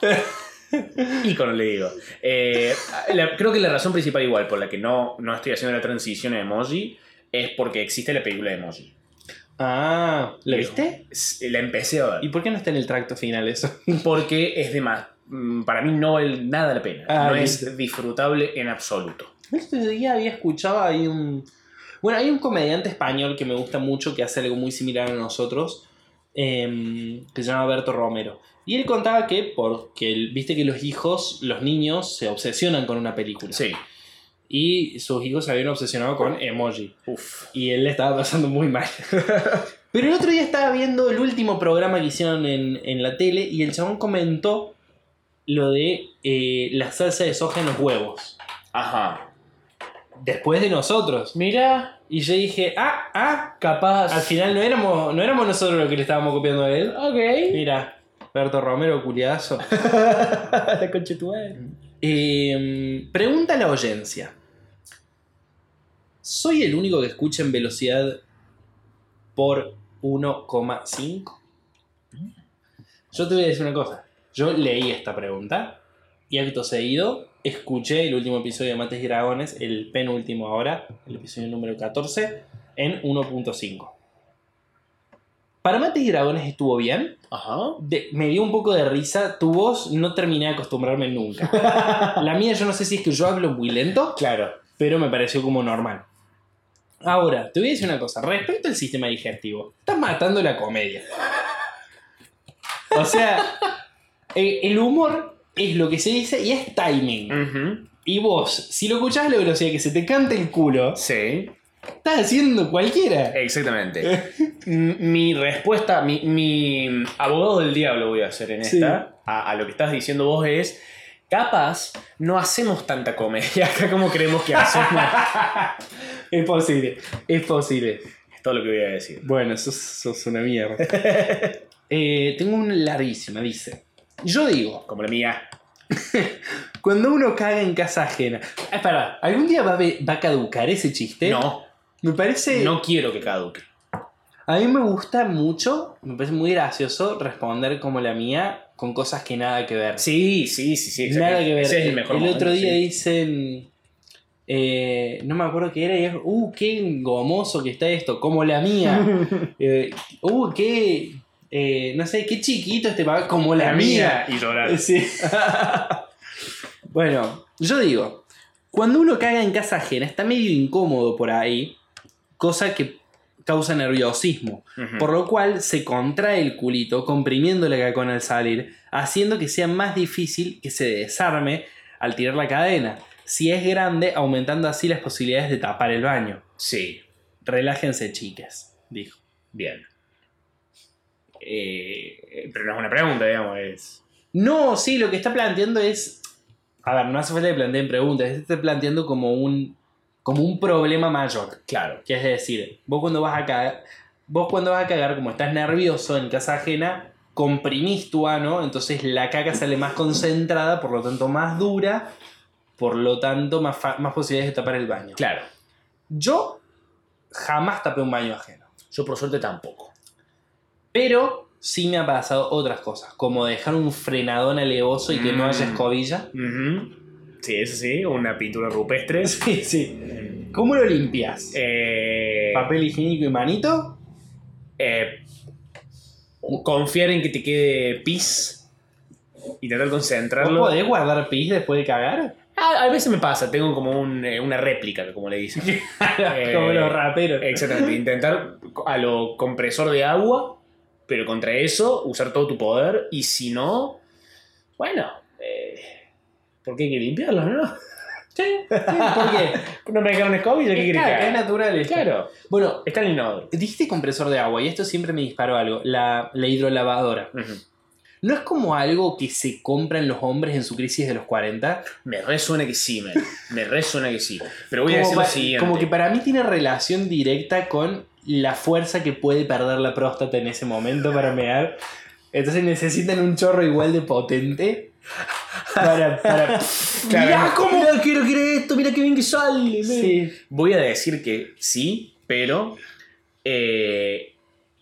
Speaker 2: ícono le digo. Eh, la- creo que la razón principal igual por la que no, no estoy haciendo la transición a emoji es porque existe la película de emoji.
Speaker 3: Ah, ¿lo
Speaker 2: Eh,
Speaker 3: viste?
Speaker 2: s- La empecé a
Speaker 3: ¿Y
Speaker 2: ver.
Speaker 3: por qué no está en el tracto final eso?
Speaker 2: Porque es de más. mm, Para mí no vale nada la pena.
Speaker 3: Ah,
Speaker 2: no
Speaker 3: listo.
Speaker 2: es disfrutable en absoluto.
Speaker 3: Este día había escuchado ahí un, Bueno, hay un comediante español que me gusta mucho que hace algo muy similar a nosotros, em, que se llama Alberto Romero. Y él contaba que, porque él- viste que los hijos, los niños, se obsesionan con una película.
Speaker 2: Sí.
Speaker 3: Y sus hijos se habían obsesionado con emoji.
Speaker 2: Uf.
Speaker 3: Y él le estaba pasando muy mal. Pero el otro día estaba viendo el último programa que hicieron en, en la tele y el chabón comentó lo de eh, la salsa de soja en los huevos.
Speaker 2: Ajá.
Speaker 3: Después de nosotros.
Speaker 2: Mira,
Speaker 3: Y yo dije, ah, ah,
Speaker 2: capaz.
Speaker 3: al final no éramos, no éramos nosotros los que le estábamos copiando a él.
Speaker 2: Ok.
Speaker 3: Mira, Berto Romero, culiazo.
Speaker 2: La conchetual.
Speaker 3: Eh, pregunta a la audiencia. ¿Soy el único que escucha en velocidad por 1,5? Yo te voy a decir una cosa. Yo leí esta pregunta y acto seguido escuché el último episodio de Mates y Dragones, el penúltimo ahora, el episodio número 14, en 1.5. Para Mates y Dragones estuvo bien.
Speaker 2: Ajá.
Speaker 3: De- me dio un poco de risa. Tu voz no terminé de acostumbrarme nunca. La mía, yo no sé si es que yo hablo muy lento,
Speaker 2: Claro.
Speaker 3: pero me pareció como normal. Ahora, te voy a decir una cosa. Respecto al sistema digestivo, estás matando la comedia. O sea, eh, el humor es lo que se dice y es timing. Y vos, si lo escuchás a la velocidad que se te cante el culo,
Speaker 2: Sí.
Speaker 3: estás haciendo cualquiera.
Speaker 2: Exactamente. M- mi respuesta, mi, mi abogado del diablo voy a hacer en
Speaker 3: Sí.
Speaker 2: esta, a, a lo que estás diciendo vos es, capaz no hacemos tanta comedia acá como creemos que hacemos.
Speaker 3: Es posible, es posible.
Speaker 2: es todo lo que voy a decir.
Speaker 3: Bueno, sos, sos una mierda. Eh, tengo una larguísima, dice. Yo digo,
Speaker 2: Como la mía.
Speaker 3: cuando uno caga en casa ajena. Espera, ¿algún día va a, ve- va a caducar ese chiste?
Speaker 2: No,
Speaker 3: Me parece.
Speaker 2: no quiero que caduque.
Speaker 3: A mí me gusta mucho, me parece muy gracioso responder como la mía con cosas que nada que ver.
Speaker 2: Sí, sí, sí, sí.
Speaker 3: nada
Speaker 2: exactamente.
Speaker 3: que ver.
Speaker 2: Ese es el mejor momento,
Speaker 3: otro día
Speaker 2: sí.
Speaker 3: dicen. eh, no me acuerdo qué era, y es, uh, qué gomoso que está esto, como la mía. Eh, uh, qué. eh, no sé, qué chiquito este papel, como la, mía.
Speaker 2: y llorar.
Speaker 3: Sí. bueno, yo digo, cuando uno caga en casa ajena está medio incómodo por ahí, cosa que causa nerviosismo,
Speaker 2: Ujú.
Speaker 3: por lo cual se contrae el culito comprimiendo la cacona al salir, haciendo que sea más difícil que se desarme al tirar la cadena, si es grande, aumentando así las posibilidades de tapar el baño.
Speaker 2: Sí,
Speaker 3: Relájense, chicas, dijo.
Speaker 2: bien. Eh, pero no es una pregunta, digamos, es...
Speaker 3: No, sí, lo que está planteando es. A ver, no hace falta que planteen preguntas, está planteando como un. como un problema mayor.
Speaker 2: Claro.
Speaker 3: Que es decir, vos cuando vas a cagar. Vos cuando vas a cagar, como estás nervioso en casa ajena, comprimís tu ano, entonces la caca sale más concentrada, por lo tanto más dura, por lo tanto más, fa- más posibilidades de tapar el baño.
Speaker 2: Claro.
Speaker 3: Yo jamás tapé un baño ajeno.
Speaker 2: Yo por suerte tampoco.
Speaker 3: Pero sí me ha pasado otras cosas, como dejar un frenadón alevoso y que no haya
Speaker 2: Mm.
Speaker 3: escobilla.
Speaker 2: Ujú. Sí, eso sí, una pintura rupestre.
Speaker 3: Sí, sí. ¿Cómo lo limpias?
Speaker 2: Eh,
Speaker 3: ¿Papel higiénico y manito?
Speaker 2: eh, confiar en que te quede pis y tratar de
Speaker 3: ¿Vos
Speaker 2: concentrarlo.
Speaker 3: podés guardar pis después de cagar?
Speaker 2: A, a veces me pasa, tengo como un, eh, una réplica, como le dicen. Eh,
Speaker 3: Como los raperos.
Speaker 2: Exactamente, intentar a lo compresor de agua, pero contra eso usar todo tu poder y si no, bueno, eh, porque hay que limpiarlos, ¿no?
Speaker 3: ¿Por qué?
Speaker 2: No me dejaron escobillas, ¿qué
Speaker 3: Es
Speaker 2: querés que
Speaker 3: caca, es
Speaker 2: haga?
Speaker 3: natural esto.
Speaker 2: Claro,
Speaker 3: Bueno,
Speaker 2: está en el inodoro.
Speaker 3: dijiste compresor de agua y esto siempre me disparó algo. La, la hidrolavadora.
Speaker 2: Ujú.
Speaker 3: ¿No es como algo que se compran los hombres en su crisis de los 40?
Speaker 2: Me resuena que sí, man. Me resuena que sí. Pero voy a
Speaker 3: como,
Speaker 2: decir lo
Speaker 3: pa-
Speaker 2: siguiente.
Speaker 3: como que para mí tiene relación directa con la fuerza que puede perder la próstata en ese momento para mear. Entonces necesitan un chorro igual de potente para... para...
Speaker 2: Claro.
Speaker 3: Mirá cómo-
Speaker 2: quiero creer esto, mira qué bien que sale.
Speaker 3: Sí.
Speaker 2: Voy a decir que sí, pero eh,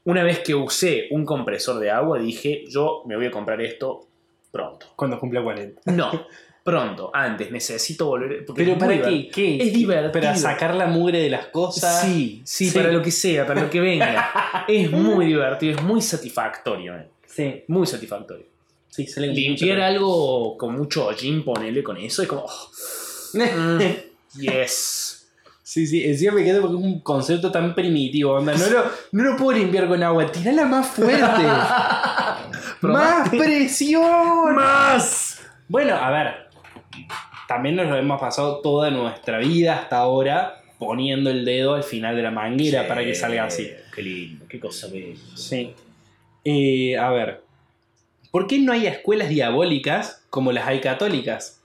Speaker 2: una vez que usé un compresor de agua, dije, yo me voy a comprar esto pronto.
Speaker 3: Cuando cumpla 40.
Speaker 2: No, pronto, antes, necesito volver. porque
Speaker 3: Pero
Speaker 2: es
Speaker 3: ¿para
Speaker 2: muy
Speaker 3: qué? ¿Qué?
Speaker 2: Es divertido.
Speaker 3: Para sacar la mugre de las cosas.
Speaker 2: Sí, sí,
Speaker 3: Sí.
Speaker 2: para lo que sea, para lo que venga. es muy divertido, es muy satisfactorio, man.
Speaker 3: Sí.
Speaker 2: muy satisfactorio.
Speaker 3: Sí, sale con
Speaker 2: Limpiar
Speaker 3: mucho-
Speaker 2: algo
Speaker 3: Mm.
Speaker 2: con mucho hollín, ponerle con eso, es como. oh, yes.
Speaker 3: Sí, sí, encima me quedo porque es un concepto tan primitivo, onda. No lo, no lo puedo limpiar con agua, tirala más fuerte. ¡Más presión!
Speaker 2: ¡Más!
Speaker 3: Bueno, a ver. También nos lo hemos pasado toda nuestra vida hasta ahora poniendo el dedo al final de la manguera para que salga así.
Speaker 2: Qué lindo, qué cosa bella.
Speaker 3: Sí. Eh, a ver. ¿Por qué no hay escuelas diabólicas como las hay católicas?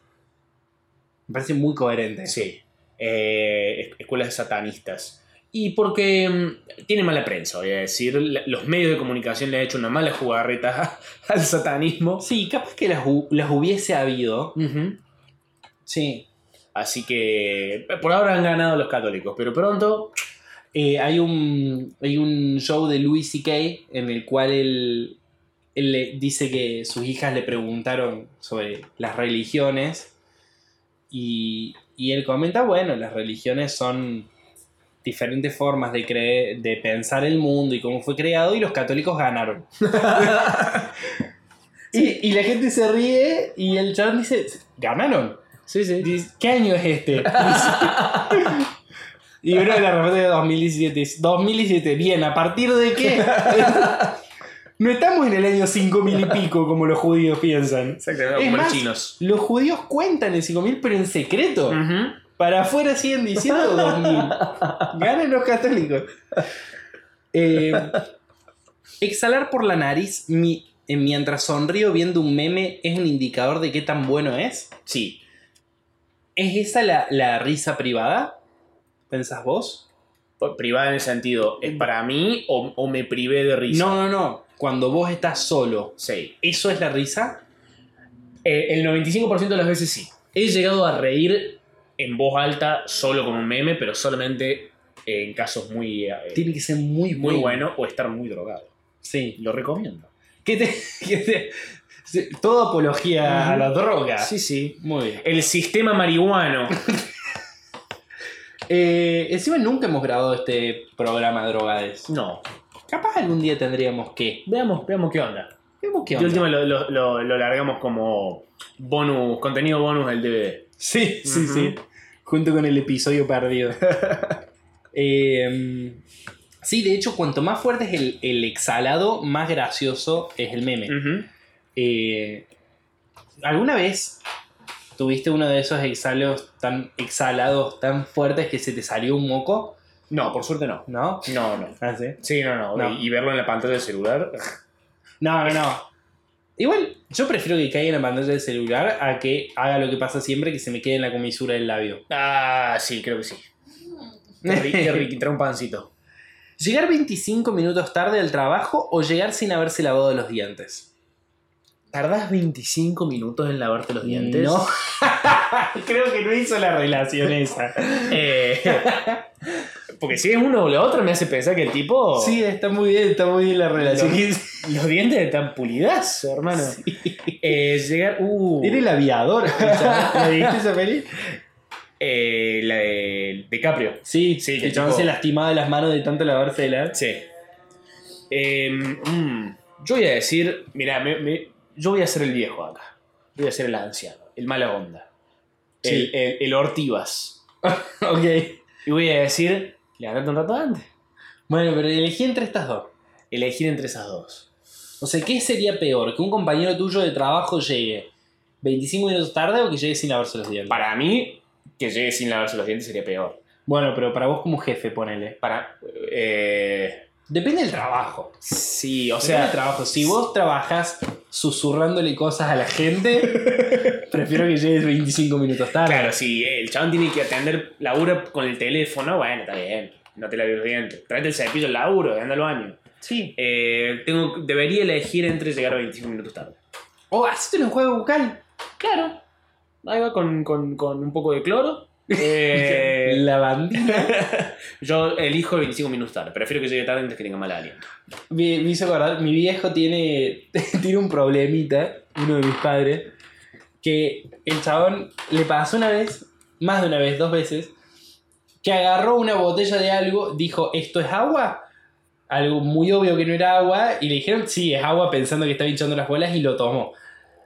Speaker 3: Me parece muy coherente.
Speaker 2: Sí. Eh, es- escuelas satanistas. Y porque mm, tiene mala prensa, voy a decir. La- Los medios de comunicación le han hecho una mala jugarreta al satanismo.
Speaker 3: Sí, capaz que las, hu- las hubiese habido.
Speaker 2: Ujú.
Speaker 3: Sí.
Speaker 2: Así que por ahora han ganado los católicos, pero pronto
Speaker 3: Eh, hay, un, hay un show de Louis C.K. en el cual él, él le dice que sus hijas le preguntaron sobre las religiones y, y él comenta, bueno, las religiones son diferentes formas de, creer, de pensar el mundo y cómo fue creado y los católicos ganaron. y, y la gente se ríe y el chabón dice, ganaron.
Speaker 2: Sí, sí.
Speaker 3: Dice, ¿Qué año es este? y uno de la respuesta de 2017 dice, 2017, bien, ¿a partir de qué? no estamos en el año 5000 y pico como los judíos piensan.
Speaker 2: Exactamente,
Speaker 3: Es
Speaker 2: como los
Speaker 3: más,
Speaker 2: chinos.
Speaker 3: Los judíos cuentan el 5000 pero en secreto.
Speaker 2: Mm.
Speaker 3: Para afuera siguen diciendo 2000. Ganan los católicos. Eh, exhalar por la nariz mi- eh, mientras sonrío viendo un meme es un indicador de qué tan bueno es.
Speaker 2: Sí.
Speaker 3: ¿Es esa la, la risa privada? ¿Pensás vos?
Speaker 2: Privada en el sentido, ¿es para mí o, o me privé de risa?
Speaker 3: No, no, no. Cuando vos estás solo,
Speaker 2: Sí.
Speaker 3: ¿eso es la risa?
Speaker 2: Eh, el 95% de las veces sí. He llegado a reír en voz alta solo con un meme, pero solamente eh, en casos muy, eh,
Speaker 3: Tiene que ser muy bueno.
Speaker 2: muy bueno o estar muy drogado.
Speaker 3: Sí.
Speaker 2: Lo recomiendo.
Speaker 3: ¿Qué te, qué te- sí, todo apología a la droga.
Speaker 2: sí.
Speaker 3: Muy bien.
Speaker 2: El sistema marihuano.
Speaker 3: Eh, encima nunca hemos grabado este programa de drogades.
Speaker 2: No.
Speaker 3: Capaz algún día tendríamos que.
Speaker 2: Veamos, veamos qué onda.
Speaker 3: Vemos qué
Speaker 2: De
Speaker 3: onda.
Speaker 2: última lo, lo- lo- lo largamos como bonus, contenido bonus del DVD.
Speaker 3: Sí, sí,
Speaker 2: Ujú.
Speaker 3: sí. Junto con el episodio perdido. Eh, sí, de hecho, cuanto más fuerte es el, el exhalado, más gracioso es el meme.
Speaker 2: Ujú.
Speaker 3: Eh, ¿Alguna vez tuviste uno de esos exhalos tan exhalados tan fuertes que se te salió un moco?
Speaker 2: No, por suerte no.
Speaker 3: ¿No?
Speaker 2: No, no.
Speaker 3: Ah, sí.
Speaker 2: Sí, no, no.
Speaker 3: No.
Speaker 2: Y, y verlo en la pantalla del celular.
Speaker 3: No, no, no. Igual, yo prefiero que caiga en la pantalla del celular a que haga lo que pasa siempre, que se me quede en la comisura del labio.
Speaker 2: Ah, sí, creo que sí. Qué ri- qué rico, trae un pancito.
Speaker 3: ¿Llegar 25 minutos tarde al trabajo o llegar sin haberse lavado los dientes?
Speaker 2: ¿Tardás 25 minutos en lavarte los dientes?
Speaker 3: No. Creo que no hizo la relación esa.
Speaker 2: Eh, porque si es uno o la otra, me hace pensar que el tipo.
Speaker 3: Sí, está muy bien, está muy bien la relación.
Speaker 2: Lo- Los dientes están pulidas, hermano. Eh, llegar. Uh,
Speaker 3: Era el aviador. ¿La viste esa peli?
Speaker 2: eh, la de DiCaprio.
Speaker 3: Sí,
Speaker 2: Sí, que
Speaker 3: que el chabón
Speaker 2: tipo-
Speaker 3: se lastimaba las manos de tanto lavárselas.
Speaker 2: Sí. Eh, mm, yo voy a decir. Mirá, me- me- yo voy a ser el viejo acá. Voy a ser el anciano, el mala onda.
Speaker 3: Sí.
Speaker 2: El, el, el Ortivas.
Speaker 3: Eh, Ok.
Speaker 2: Y voy a decir, levantate un rato antes.
Speaker 3: Bueno, pero elegí entre estas dos.
Speaker 2: Elegir entre esas dos.
Speaker 3: O sea, ¿qué sería peor? ¿Que un compañero tuyo de trabajo llegue 25 minutos tarde o que llegue sin lavarse los dientes?
Speaker 2: Para mí, que llegue sin lavarse los dientes sería peor.
Speaker 3: Bueno, pero para vos como jefe, ponele.
Speaker 2: Para. eh,
Speaker 3: Depende del trabajo.
Speaker 2: sí, o
Speaker 3: O sea,
Speaker 2: sea.
Speaker 3: del trabajo. Si vos trabajás susurrándole cosas a la gente, prefiero que llegues 25 minutos tarde.
Speaker 2: Claro, si el chabón tiene que atender laburo con el teléfono, bueno, está bien. No te laves los dientes. Tráete el cepillo, laburo, anda al baño.
Speaker 3: Sí.
Speaker 2: Eh, tengo, debería elegir entre llegar a 25 minutos tarde.
Speaker 3: O hacete un juego bucal.
Speaker 2: Claro. Ahí va con, con- con un poco de cloro. Eh,
Speaker 3: la bandina.
Speaker 2: yo elijo 25 minutos tarde. Prefiero que llegue tarde antes que tenga mal aliento.
Speaker 3: Me, me hizo acordar, mi viejo tiene, tiene un problemita, uno de mis padres, que el chabón le pasó una vez, más de una vez, dos veces, que agarró una botella de algo, dijo, ¿esto es agua? Algo muy obvio que no era agua, y le dijeron, sí, es agua, pensando que estaba hinchando las bolas, y lo tomó.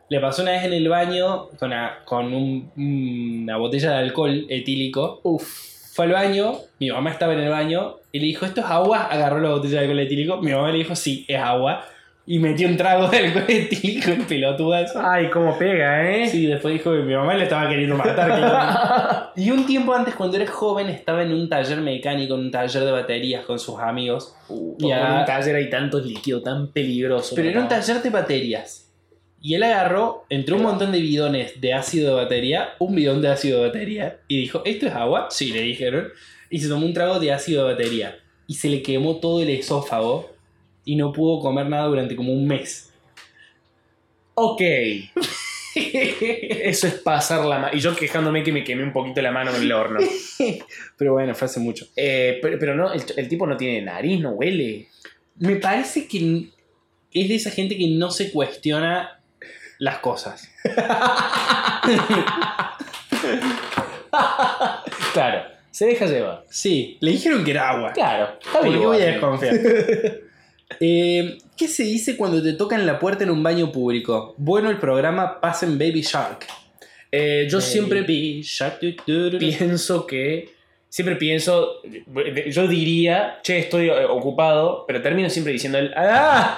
Speaker 3: Le pasó una vez en el baño con, a- con un- una botella de alcohol etílico. Uf. Fue al baño, mi mamá estaba en el baño y le dijo, ¿esto es agua? Agarró la botella de alcohol etílico. Mi mamá le dijo, sí, es agua. Y metió un trago de alcohol etílico en pelotudazo.
Speaker 2: Ay, cómo pega, ¿eh?
Speaker 3: Sí, después dijo que mi mamá le estaba queriendo matar. claramente. y un tiempo antes, cuando era joven, estaba en un taller mecánico, en un taller de baterías con sus amigos.
Speaker 2: Uh,
Speaker 3: Y
Speaker 2: en
Speaker 3: a-
Speaker 2: un taller hay tantos líquidos tan peligrosos.
Speaker 3: Pero era un
Speaker 2: papá.
Speaker 3: taller de baterías. Y él agarró, entre un montón de bidones de ácido de batería, un bidón de ácido de batería, y dijo, ¿esto es agua? Sí, le dijeron. Y se tomó un trago de ácido de batería. Y se le quemó todo el esófago y no pudo comer nada durante como un mes.
Speaker 2: Ok. Eso es pasar la mano. Y yo quejándome que me quemé un poquito la mano en el horno.
Speaker 3: Pero bueno, fue hace mucho.
Speaker 2: Eh, pero, pero no, el, el tipo no tiene nariz, no huele.
Speaker 3: Me parece que n- es de esa gente que no se cuestiona las cosas.
Speaker 2: Claro, se deja llevar.
Speaker 3: Sí, le dijeron que era agua.
Speaker 2: Claro, está
Speaker 3: ¿Por qué
Speaker 2: vivo,
Speaker 3: voy a
Speaker 2: amigo.
Speaker 3: desconfiar? Eh, ¿Qué se dice cuando te tocan la puerta en un baño público? Bueno, el programa Pasen Baby Shark.
Speaker 2: Eh, yo siempre pi-
Speaker 3: Baby Shark. tu, tu, tu, tu.
Speaker 2: pienso que. Siempre pienso. Yo diría, che, estoy eh, ocupado, pero termino siempre diciendo el. ¡Ah!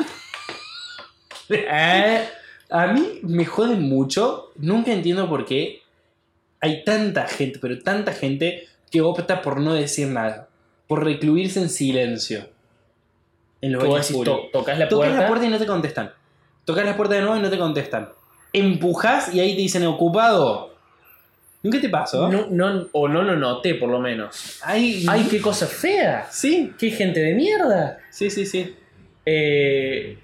Speaker 3: Eh, a mí me joden mucho. Nunca entiendo por qué hay tanta gente, pero tanta gente que opta por no decir nada, por recluirse en silencio. En los
Speaker 2: Tú
Speaker 3: baños
Speaker 2: decís,
Speaker 3: públicos.
Speaker 2: to- tocas la
Speaker 3: Tocas
Speaker 2: puerta.
Speaker 3: la puerta y no te contestan. Tocas la puerta de nuevo y no te contestan. Empujas y ahí te dicen ocupado. ¿Nunca te pasó?
Speaker 2: No, no- o no lo noté, por lo menos.
Speaker 3: Ay,
Speaker 2: ¡Ay, qué cosa fea!
Speaker 3: sí,
Speaker 2: ¡Qué gente de mierda!
Speaker 3: sí, sí, sí.
Speaker 2: Eh,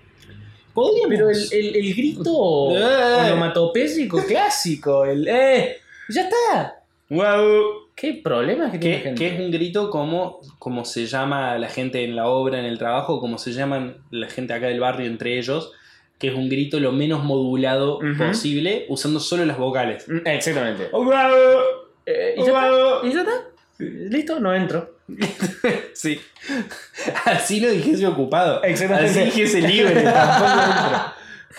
Speaker 3: Podríamos.
Speaker 2: pero el, el- el grito
Speaker 3: Eh.
Speaker 2: onomatopésico clásico, el ¡eh! ¡Ya está!
Speaker 3: Guau.
Speaker 2: ¿Qué problemas que tiene la
Speaker 3: Que,
Speaker 2: gente?
Speaker 3: que es un grito como, como se llama a la gente en la obra, en el trabajo, como se llaman la gente acá del barrio entre ellos, que es un grito lo menos modulado
Speaker 2: Ujú.
Speaker 3: posible, usando solo las vocales.
Speaker 2: Mm, Exactamente. Eh, ¿y, ya está?
Speaker 3: Guau.
Speaker 2: ¿Y ya está? ¿Listo? No entro.
Speaker 3: Sí. Así lo dijese ocupado.
Speaker 2: Exactamente.
Speaker 3: Así dijese libre. tampoco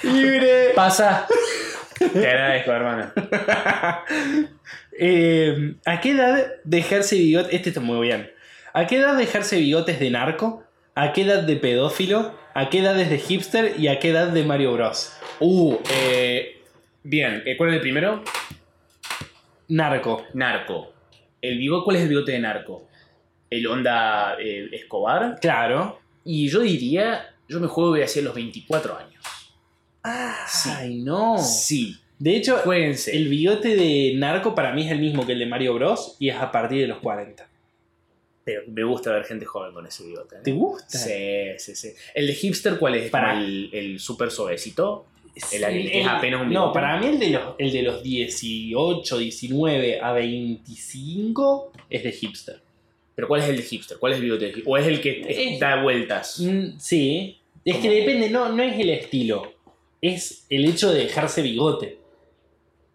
Speaker 3: entro. libre.
Speaker 2: Pasa. Te agradezco, hermano.
Speaker 3: Eh, ¿A qué edad dejarse bigotes? Este está muy bien. ¿A qué edad dejarse bigotes de narco? ¿A qué edad de pedófilo? ¿A qué edad de hipster? ¿Y a qué edad de Mario Bros?
Speaker 2: Uh, eh, bien. eh, ¿Cuál es el primero?
Speaker 3: Narco.
Speaker 2: Narco. El bigote, ¿Cuál es el bigote de narco? ¿El onda eh, Escobar?
Speaker 3: Claro.
Speaker 2: Y yo diría, yo me juego que hacia los 24 años.
Speaker 3: Ay, no.
Speaker 2: Oh. Sí,
Speaker 3: De hecho,
Speaker 2: jueguense.
Speaker 3: el bigote de narco para mí es el mismo que el de Mario Bros. Y es a partir de los 40.
Speaker 2: Pero me gusta ver gente joven con ese bigote. ¿eh?
Speaker 3: ¿Te gusta?
Speaker 2: Sí, sí, sí. ¿El de hipster cuál es?
Speaker 3: Para-
Speaker 2: ¿Como el, el super suavecito?
Speaker 3: Sí,
Speaker 2: El- el que es apenas un
Speaker 3: No,
Speaker 2: bigote.
Speaker 3: para mí el de, los, el de los 18, 19 a 25 es de hipster.
Speaker 2: ¿Pero cuál es el de hipster? ¿Cuál es el bigote de hipster? ¿O es el que te-
Speaker 3: Eh.
Speaker 2: da vueltas?
Speaker 3: Mm, sí. Es que
Speaker 2: ¿Cómo?
Speaker 3: depende, no, no es el estilo. Es el hecho de dejarse bigote.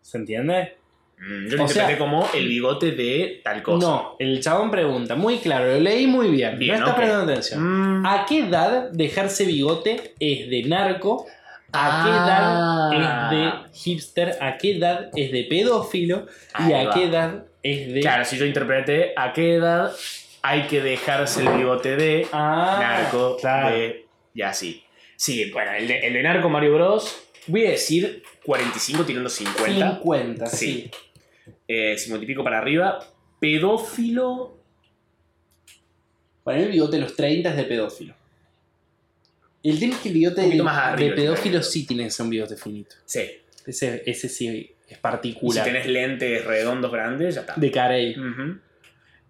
Speaker 3: ¿Se entiende?
Speaker 2: Mm, Yo
Speaker 3: O
Speaker 2: lo interpreté
Speaker 3: sea-
Speaker 2: como el bigote de tal cosa.
Speaker 3: No, el chabón pregunta, muy claro, lo leí muy bien. no
Speaker 2: Bien,
Speaker 3: está
Speaker 2: ok.
Speaker 3: prestando atención.
Speaker 2: Mm.
Speaker 3: ¿A qué edad dejarse bigote es de narco? ¿A qué edad
Speaker 2: Ah.
Speaker 3: es de hipster? ¿A qué edad es de pedófilo? ¿Y
Speaker 2: Ahí
Speaker 3: a
Speaker 2: va.
Speaker 3: qué edad es de...
Speaker 2: Claro, si yo interpreté a qué edad hay que dejarse el bigote de...
Speaker 3: Ah,
Speaker 2: narco,
Speaker 3: claro.
Speaker 2: de- y así. Sí, bueno, el de, el de narco Mario Bros. Voy a decir 45 tirando 50.
Speaker 3: 50,
Speaker 2: Sí.
Speaker 3: sí.
Speaker 2: eh, 50 y pico para arriba. Pedófilo.
Speaker 3: Para mí el bigote de los 30 es de pedófilo. El tema es que el bigote
Speaker 2: Un
Speaker 3: de,
Speaker 2: poquito más arriba,
Speaker 3: de pedófilo
Speaker 2: el
Speaker 3: sí tiene que ser un bigote finito.
Speaker 2: Sí.
Speaker 3: Ese, ese sí es
Speaker 2: Y Si
Speaker 3: particular.
Speaker 2: tenés lentes redondos grandes, ya está.
Speaker 3: De Carey.
Speaker 2: Ujú.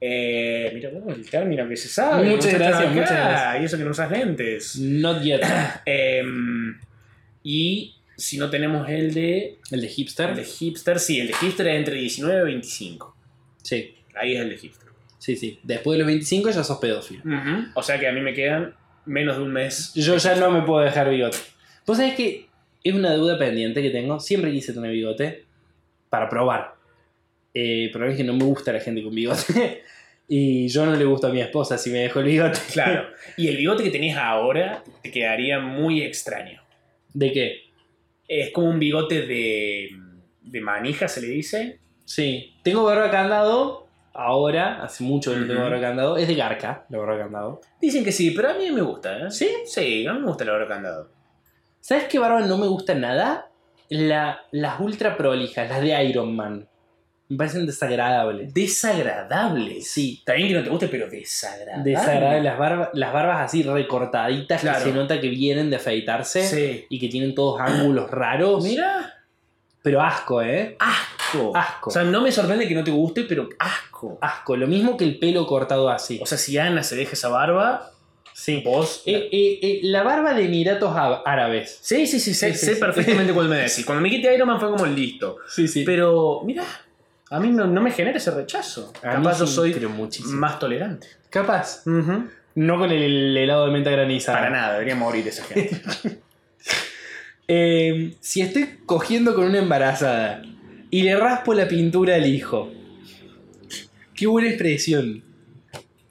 Speaker 2: Eh, mira, bueno, el término que se sabe.
Speaker 3: Muchas
Speaker 2: que no
Speaker 3: gracias,
Speaker 2: estás acá,
Speaker 3: muchas gracias. Mm.
Speaker 2: Y eso que no usas lentes.
Speaker 3: Not yet.
Speaker 2: Em, y si no tenemos el de,
Speaker 3: El de hipster.
Speaker 2: el de hipster, sí, el de hipster es entre 19 y 25.
Speaker 3: Sí,
Speaker 2: Ahí es el de hipster.
Speaker 3: sí, sí. Después de los 25 ya sos pedófilo.
Speaker 2: Ujú. O sea que a mí me quedan menos de un mes.
Speaker 3: Yo ya no me puedo dejar bigote. Vos sabés que es una deuda pendiente que tengo. Siempre quise tener bigote para probar. Eh, pero es que no me gusta la gente con bigote. y yo no le gusto a mi esposa si me dejo el bigote.
Speaker 2: Claro. Y el bigote que tenés ahora te quedaría muy extraño.
Speaker 3: ¿De qué?
Speaker 2: Es como un bigote de, de manija, se le dice.
Speaker 3: Sí. Tengo barba candado, ahora, hace mucho que no tengo
Speaker 2: Ujú.
Speaker 3: barro de candado, es de Garca, la barra de candado.
Speaker 2: Dicen que sí, pero a mí me gusta. ¿eh? ¿Sí? Sí, a mí me gusta el oro candado.
Speaker 3: ¿Sabes qué barba no me gusta nada? La- las ultra prolijas, las de Iron Man. Me parecen desagradables.
Speaker 2: Desagradable.
Speaker 3: Sí.
Speaker 2: Está bien que no te guste, pero desagradable.
Speaker 3: Desagradables las, barba- las barbas así recortaditas
Speaker 2: Claro.
Speaker 3: que se nota que vienen de afeitarse
Speaker 2: Sí.
Speaker 3: y que tienen todos ángulos
Speaker 2: Oh,
Speaker 3: raros.
Speaker 2: Mira.
Speaker 3: Pero asco, ¿eh?
Speaker 2: Asco.
Speaker 3: Asco.
Speaker 2: O sea, no me sorprende que no te guste, pero asco.
Speaker 3: Asco. Lo mismo que el pelo cortado así.
Speaker 2: O sea, si Ana se deja esa barba,
Speaker 3: Sí.
Speaker 2: vos.
Speaker 3: Eh, eh, eh, la barba de Emiratos Á- Árabes.
Speaker 2: Sí, sí, sí, sé,
Speaker 3: Sí, sí,
Speaker 2: sé
Speaker 3: sí.
Speaker 2: perfectamente cuál me decís. Cuando me quité Iron Man fue como listo.
Speaker 3: Sí, sí.
Speaker 2: Pero, mira, a mí no, no me genera ese rechazo.
Speaker 3: A mí
Speaker 2: Capaz yo
Speaker 3: sí,
Speaker 2: soy
Speaker 3: pero muchísimo.
Speaker 2: más tolerante.
Speaker 3: Capaz. No con el, el helado de menta granizada.
Speaker 2: Para nada, debería morir esa gente.
Speaker 3: Eh, si estoy cogiendo con una embarazada y le raspo la pintura al hijo. Qué buena expresión.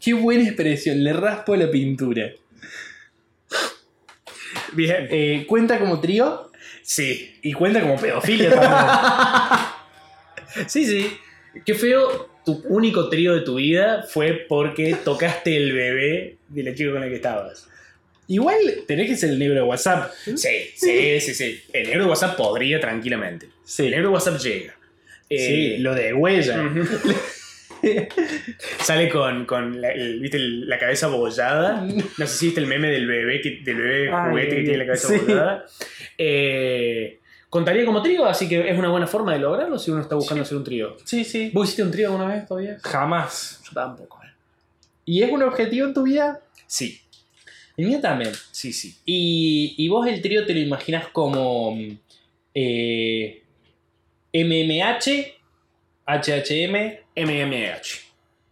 Speaker 3: Qué buena expresión. Le raspo la pintura.
Speaker 2: Bien.
Speaker 3: Eh, ¿Cuenta como trío?
Speaker 2: Sí.
Speaker 3: Y cuenta como pedofilia también.
Speaker 2: Sí, sí. Qué feo, tu único trío de tu vida fue porque tocaste el bebé de la chica con la que estabas.
Speaker 3: Igual tenés que ser el negro de WhatsApp.
Speaker 2: Sí, sí, sí, sí. El negro de WhatsApp podría tranquilamente.
Speaker 3: Sí.
Speaker 2: El negro de WhatsApp
Speaker 3: Sí,
Speaker 2: llega. Eh,
Speaker 3: lo de huella.
Speaker 2: Ujú. Sale con, con la, el- ¿viste el- la cabeza bollada. No sé si viste el meme del bebé, que, del bebé
Speaker 3: Ay,
Speaker 2: juguete que
Speaker 3: ay,
Speaker 2: tiene la cabeza
Speaker 3: sí.
Speaker 2: bollada. Eh, contaría como trío, así que es una buena forma de lograrlo si uno está buscando hacer un trío.
Speaker 3: Sí, sí.
Speaker 2: ¿Vos hiciste un trío alguna vez todavía?
Speaker 3: Jamás.
Speaker 2: Yo tampoco. eh.
Speaker 3: ¿Y es un objetivo en tu vida?
Speaker 2: Sí,
Speaker 3: El mío también.
Speaker 2: sí, sí.
Speaker 3: Y, y vos el trío te lo imaginas como mm, eh, MMH, HHM
Speaker 2: MMH.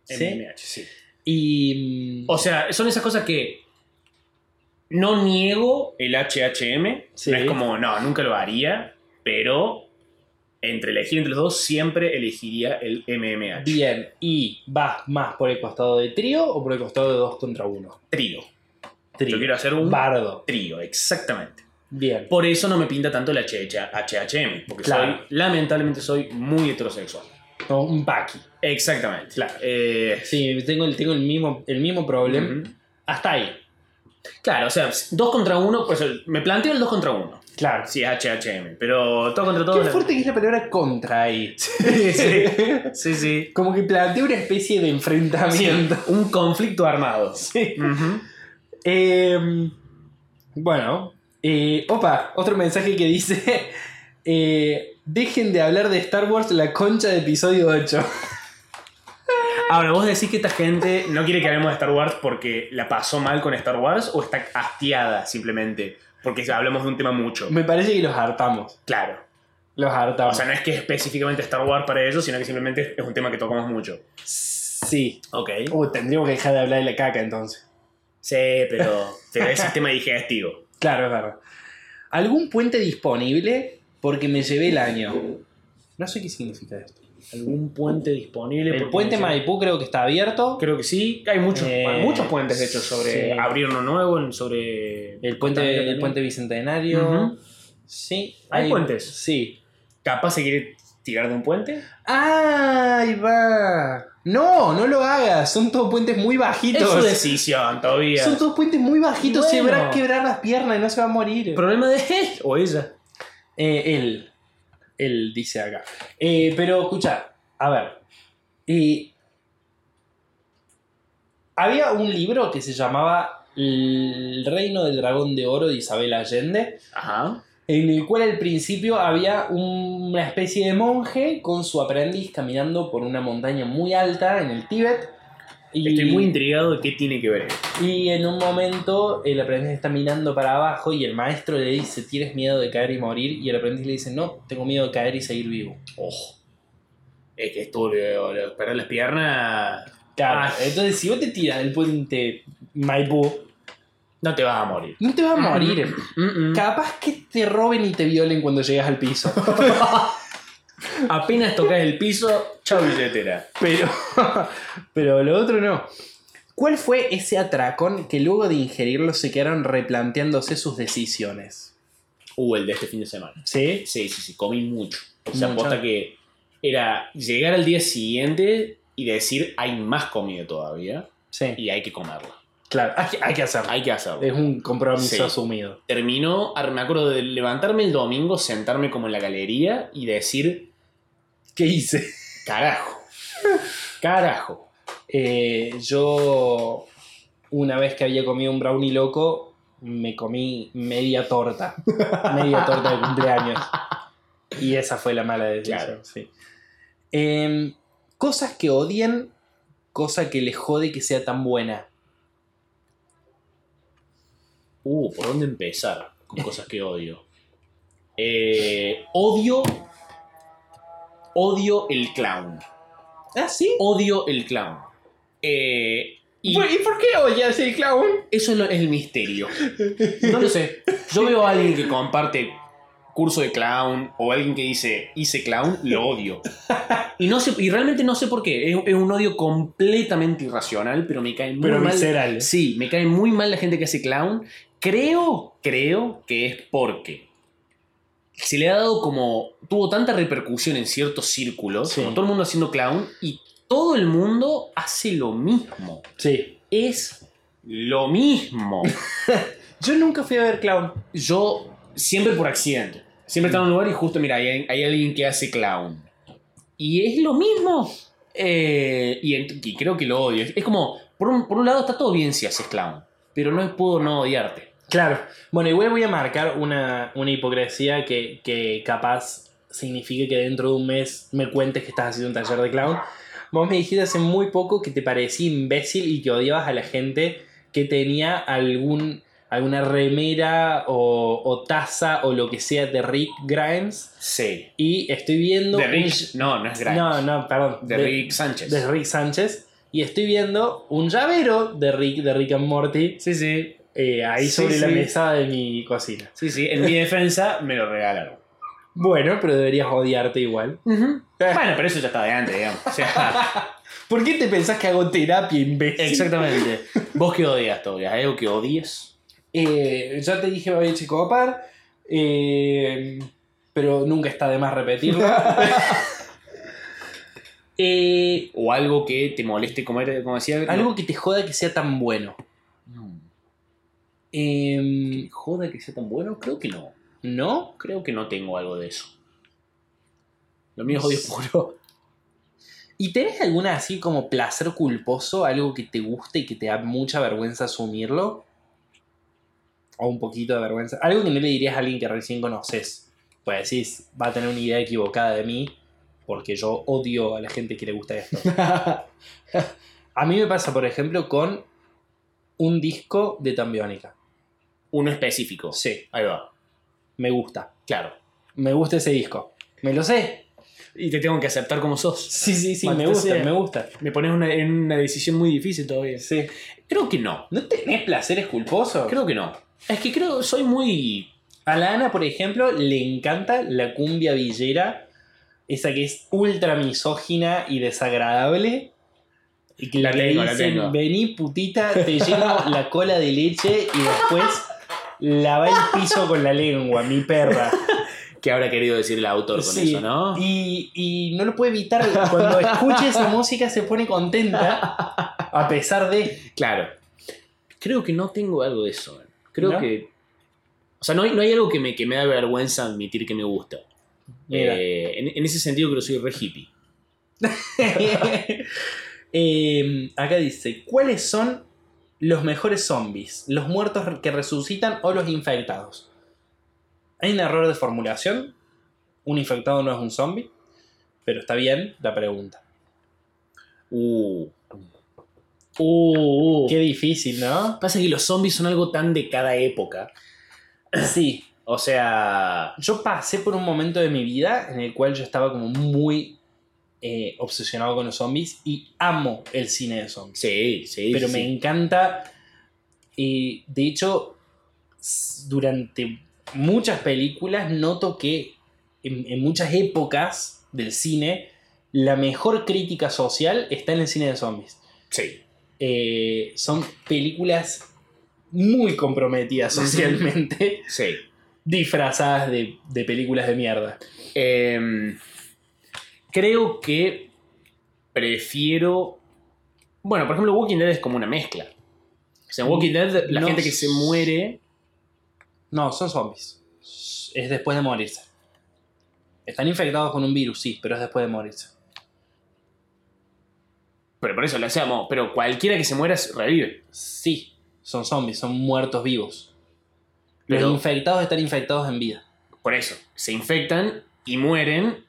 Speaker 3: ¿Sí?
Speaker 2: MMH, sí.
Speaker 3: y... mm,
Speaker 2: O sea, son esas cosas que no niego el HHM.
Speaker 3: Sí.
Speaker 2: No es como, no, nunca lo haría, pero entre elegir entre los dos siempre elegiría el MMH.
Speaker 3: bien, ¿y vas más por el costado de trío o por el costado de dos contra uno?
Speaker 2: Trío.
Speaker 3: Trío.
Speaker 2: Yo quiero hacer un
Speaker 3: Bardo.
Speaker 2: trío, exactamente.
Speaker 3: Bien.
Speaker 2: Por eso no me pinta tanto el HH HHM, porque
Speaker 3: Claro.
Speaker 2: soy, lamentablemente soy muy heterosexual.
Speaker 3: No, un paqui.
Speaker 2: Exactamente. Claro. Eh,
Speaker 3: Sí, tengo, el- tengo el mismo, el mismo problema.
Speaker 2: ujú.
Speaker 3: Hasta ahí.
Speaker 2: Claro, o sea, dos contra uno, pues me planteo el dos contra uno.
Speaker 3: Claro.
Speaker 2: Sí, HHM, pero todo contra todo.
Speaker 3: Qué fuerte que es la palabra contra ahí.
Speaker 2: Sí, sí. Sí, sí.
Speaker 3: Como que plantea una especie de enfrentamiento.
Speaker 2: Un conflicto armado.
Speaker 3: Sí.
Speaker 2: Ujú.
Speaker 3: Eh, bueno, eh, opa, otro mensaje que dice: eh, Dejen de hablar de Star Wars, la concha de episodio 8.
Speaker 2: Ahora, vos decís que esta gente no quiere que hablemos de Star Wars porque la pasó mal con Star Wars o está hastiada simplemente porque hablamos de un tema mucho.
Speaker 3: Me parece que los hartamos.
Speaker 2: Claro.
Speaker 3: Los
Speaker 2: O
Speaker 3: hartamos.
Speaker 2: sea, no es que específicamente Star Wars para ellos, sino que simplemente es un tema que tocamos mucho.
Speaker 3: sí.
Speaker 2: Ok.
Speaker 3: Uh, tendríamos que dejar de hablar de la caca entonces.
Speaker 2: Sí, pero, pero es el tema digestivo.
Speaker 3: Claro, es verdad. ¿Algún puente disponible? Porque me llevé el año. No sé qué significa esto.
Speaker 2: ¿Algún puente disponible?
Speaker 3: El
Speaker 2: Porque
Speaker 3: puente
Speaker 2: no sé.
Speaker 3: Maipú creo que está abierto.
Speaker 2: Creo que sí. Hay muchos,
Speaker 3: Eh,
Speaker 2: hay muchos puentes, de hecho, sobre
Speaker 3: sí.
Speaker 2: abrir uno nuevo, en- sobre...
Speaker 3: El puente, el puente bicentenario.
Speaker 2: Ujú.
Speaker 3: Sí.
Speaker 2: Hay puentes.
Speaker 3: Sí.
Speaker 2: Capaz se quiere tirar de un puente.
Speaker 3: ¡Ay, va! No, no lo hagas. Son todos puentes muy
Speaker 2: Es su
Speaker 3: bajitos.
Speaker 2: decisión, todavía.
Speaker 3: Son todos puentes muy bajitos. Se
Speaker 2: Bueno.
Speaker 3: va a quebrar las piernas y no se va a morir.
Speaker 2: problema de él o ella.
Speaker 3: Eh, él. Él dice acá. Eh, pero escucha, a ver. Eh, había un libro que se llamaba El Reino del Dragón de Oro de Isabel Allende.
Speaker 2: Ajá.
Speaker 3: en el cual al principio había un- una especie de monje con su aprendiz caminando por una montaña muy alta en el Tíbet. Y,
Speaker 2: Estoy muy intrigado de qué tiene que ver.
Speaker 3: y en un momento el aprendiz está mirando para abajo y el maestro le dice, ¿tienes miedo de caer y morir? Y el aprendiz le dice, no, tengo miedo de caer y seguir vivo. Oh.
Speaker 2: Ojo. Es que estuvo Pero las piernas.
Speaker 3: Claro,
Speaker 2: Ah.
Speaker 3: entonces si vos te tiras del puente Maipú,
Speaker 2: No te vas a morir.
Speaker 3: no te vas a morir.
Speaker 2: Mm-mm.
Speaker 3: Capaz que te roben y te violen cuando llegas al piso.
Speaker 2: Apenas tocas el piso, chao billetera.
Speaker 3: Pero, pero lo otro no. ¿Cuál fue ese atracón que luego de ingerirlo se quedaron replanteándose sus decisiones?
Speaker 2: Uh, el de este fin de semana.
Speaker 3: ¿Sí?
Speaker 2: Sí, sí, sí, comí mucho. O sea,
Speaker 3: Mucho.
Speaker 2: aposta que era llegar al día siguiente y decir hay más comida todavía
Speaker 3: Sí,
Speaker 2: y hay que comerla.
Speaker 3: claro, hay, hay que hacerlo.
Speaker 2: Hay que hacerlo.
Speaker 3: Es un compromiso
Speaker 2: Sí.
Speaker 3: asumido.
Speaker 2: terminó, ar- me acuerdo de levantarme el domingo, sentarme como en la galería y decir,
Speaker 3: ¿Qué hice?
Speaker 2: carajo, carajo.
Speaker 3: Eh, yo, una vez que había comido un brownie loco, me comí media torta. media torta de cumpleaños. Y esa fue la mala decisión.
Speaker 2: Claro.
Speaker 3: sí. Em, cosas que odian, cosa que les jode que sea tan buena.
Speaker 2: Uh, ¿por dónde empezar? Con cosas que odio. Eh, odio, odio el clown.
Speaker 3: ¿Ah, sí?
Speaker 2: Odio el clown. Eh, y
Speaker 3: por qué odias el clown?
Speaker 2: eso es lo- es el misterio. No lo sé. Yo veo a alguien que comparte curso de clown o alguien que dice hice clown, lo odio. Y, no sé, y realmente no sé por qué. Es, es un odio completamente irracional, pero me cae muy
Speaker 3: Pero
Speaker 2: mal.
Speaker 3: visceral.
Speaker 2: Sí, me cae muy mal la gente que hace clown. Creo, creo que es porque se le ha dado como. tuvo tanta repercusión en ciertos círculos,
Speaker 3: Sí.
Speaker 2: como todo el mundo haciendo clown, y todo el mundo hace lo mismo.
Speaker 3: Sí.
Speaker 2: Es lo mismo.
Speaker 3: Yo nunca fui a ver clown.
Speaker 2: Yo siempre por accidente. Siempre estaba en un lugar y justo, mira, hay, hay alguien que hace clown. Y es lo mismo. Eh, y, ent- y creo que lo odio. Es, es como, por un, por un lado está todo bien si haces clown, pero no puedo no odiarte.
Speaker 3: Claro. Bueno, igual voy a marcar una, una hipocresía que, que capaz signifique que dentro de un mes me cuentes que estás haciendo un taller de clown. Vos me dijiste hace muy poco que te parecía imbécil y que odiabas a la gente que tenía algún, alguna remera o, o taza o lo que sea de Rick Grimes.
Speaker 2: Sí.
Speaker 3: Y estoy viendo...
Speaker 2: de
Speaker 3: un-
Speaker 2: Rick. No, no es grave.
Speaker 3: No, no, perdón.
Speaker 2: de, Rick Sánchez.
Speaker 3: de Rick Sánchez. Y estoy viendo un llavero de Rick, de Rick and Morty,
Speaker 2: Sí, sí.
Speaker 3: eh, ahí
Speaker 2: Sí,
Speaker 3: sobre la
Speaker 2: sí.
Speaker 3: mesa de mi cocina.
Speaker 2: Sí, sí. En mi defensa me lo regalaron.
Speaker 3: Bueno, pero deberías odiarte igual. Eh.
Speaker 2: Bueno, pero eso ya está de antes, digamos. O sea,
Speaker 3: ¿Por qué te pensás que hago terapia, imbécil?
Speaker 2: exactamente. ¿Vos qué odias, Tobias? ¿Hay algo que odies?
Speaker 3: Eh, ya te dije, me voy a chicopar. eh, pero nunca está de más repetirlo. Eh,
Speaker 2: ¿O algo que te moleste comer, como decía?
Speaker 3: algo que te joda que sea tan bueno.
Speaker 2: Mm.
Speaker 3: Eh,
Speaker 2: joda que sea tan bueno? Creo que no.
Speaker 3: ¿No?
Speaker 2: Creo que no tengo algo de eso. Lo mío es odio puro.
Speaker 3: ¿Y tenés alguna así como placer culposo? ¿Algo que te guste y que te da mucha vergüenza asumirlo? ¿O un poquito de vergüenza? Algo que no le dirías a alguien que recién conoces. Pues decís, va a tener una idea equivocada de mí porque yo odio a la gente que le gusta esto. a mí me pasa, por ejemplo, con un disco de Tambiónica.
Speaker 2: Uno específico.
Speaker 3: Sí,
Speaker 2: Ahí va.
Speaker 3: me gusta.
Speaker 2: Claro.
Speaker 3: Me gusta ese disco. Me lo sé.
Speaker 2: Y te tengo que aceptar como sos.
Speaker 3: Sí, sí, sí, me
Speaker 2: Maldita
Speaker 3: gusta,
Speaker 2: sea.
Speaker 3: me gusta.
Speaker 2: Me pones una- en una decisión muy difícil todavía.
Speaker 3: Sí.
Speaker 2: Creo que no.
Speaker 3: ¿No tenés placeres culposos?
Speaker 2: Creo que no. Es que creo, soy muy...
Speaker 3: A la Ana, por ejemplo, le encanta la cumbia villera, esa que es ultra misógina y desagradable. Y que
Speaker 2: La
Speaker 3: le
Speaker 2: tengo, la
Speaker 3: dicen,
Speaker 2: tengo.
Speaker 3: vení putita, te lleno la cola de leche y después lava el piso con la lengua, mi perra.
Speaker 2: Que habrá querido decir el autor con
Speaker 3: Sí.
Speaker 2: eso, ¿no?
Speaker 3: Y, y no lo puede evitar, cuando escucha esa música se pone contenta, a pesar de...
Speaker 2: Claro. Creo que no tengo algo de eso. man. Creo
Speaker 3: ¿No?
Speaker 2: que... O sea, no hay, no hay algo que me, que me da vergüenza admitir que me gusta.
Speaker 3: Mira.
Speaker 2: Eh, en, en ese sentido creo que soy re hippie.
Speaker 3: Eh, acá dice, ¿cuáles son los mejores zombies? ¿Los muertos que resucitan o los infectados? Hay un error de formulación. Un infectado no es un zombie. Pero está bien la pregunta.
Speaker 2: Uh. Uh, uh.
Speaker 3: Qué difícil, ¿no?
Speaker 2: Pasa que los zombies son algo tan de cada época.
Speaker 3: Sí.
Speaker 2: O sea.
Speaker 3: Yo pasé por un momento de mi vida en el cual yo estaba como muy eh, obsesionado con los zombies y amo el cine de zombies.
Speaker 2: Sí, sí.
Speaker 3: pero
Speaker 2: sí,
Speaker 3: me
Speaker 2: sí.
Speaker 3: encanta. Y de hecho, s- durante muchas películas noto que en, en muchas épocas del cine, la mejor crítica social está en el cine de zombies.
Speaker 2: Sí.
Speaker 3: Eh, son películas muy comprometidas socialmente,
Speaker 2: sí.
Speaker 3: disfrazadas de, de películas de mierda.
Speaker 2: Em, creo Em, que prefiero. Bueno, por ejemplo, Walking Dead es como una mezcla. O sea, en Walking Dead, la
Speaker 3: No.
Speaker 2: gente que se muere.
Speaker 3: No, son zombies. Es después de morirse. Están infectados con un virus, sí, pero es después de morirse.
Speaker 2: Pero por eso lo hacemos. Pero cualquiera que se muera se revive.
Speaker 3: Sí, son zombies, son muertos vivos.
Speaker 2: Pero-
Speaker 3: Los infectados están infectados en vida.
Speaker 2: Por eso. Se infectan y mueren.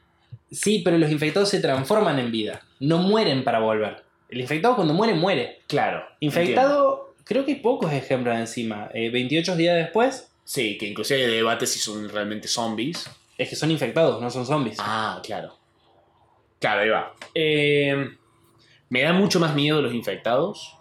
Speaker 3: Sí, pero los infectados se transforman en vida. No mueren para volver. El infectado cuando muere, muere.
Speaker 2: Claro.
Speaker 3: Infectado, creo que hay pocos ejemplos encima. Eh, 28 días después,
Speaker 2: Sí, que inclusive hay debate si son realmente zombies.
Speaker 3: es que son infectados, no son zombies.
Speaker 2: Ah, claro. Claro, ahí va. Eh, me da mucho más miedo los infectados.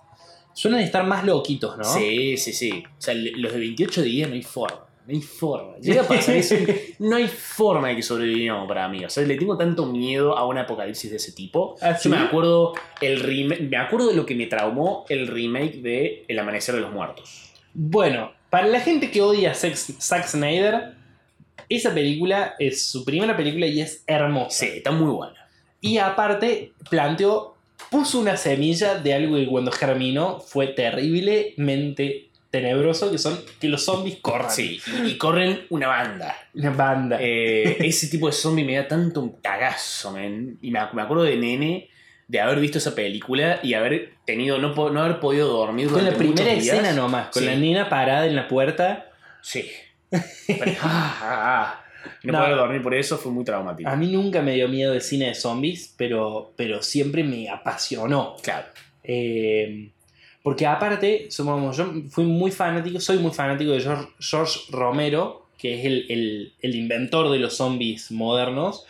Speaker 3: Suelen estar más loquitos, ¿no?
Speaker 2: Sí, sí, sí. O sea, le- los de 28 días no hay forma. No hay forma. Llega a pasar eso. No hay forma de que sobrevivamos para mí. O sea, le tengo tanto miedo a un apocalipsis de ese tipo.
Speaker 3: ¿Ah, sí?
Speaker 2: Yo me acuerdo el remake. Me acuerdo de lo que me traumó el remake de El Amanecer de los Muertos.
Speaker 3: Bueno, para la gente que odia a Zack- Zack Snyder, esa película es su primera película y es hermosa.
Speaker 2: Sí, está muy buena.
Speaker 3: Y aparte, planteó, puso una semilla de algo que cuando germinó fue terriblemente tenebroso, que son que los zombies corran.
Speaker 2: Sí, y, y corren una banda.
Speaker 3: Una banda.
Speaker 2: Eh, ese tipo de zombie me da tanto un cagazo, man. Y me, ac- me acuerdo de nene de haber visto esa película y haber tenido, no, po- no haber podido dormir
Speaker 3: con la
Speaker 2: durante muchos
Speaker 3: primera
Speaker 2: días.
Speaker 3: escena nomás, con
Speaker 2: Sí.
Speaker 3: la nena parada en la puerta.
Speaker 2: Sí. Pero- ah, ah, ah. No,
Speaker 3: No.
Speaker 2: poder dormir por eso fue muy traumático.
Speaker 3: A mí nunca me dio miedo el cine de zombies, pero, pero siempre me apasionó.
Speaker 2: Claro.
Speaker 3: Eh, porque aparte, somos, yo fui muy fanático, soy muy fanático de George, George Romero, que es el, el- el inventor de los zombies modernos.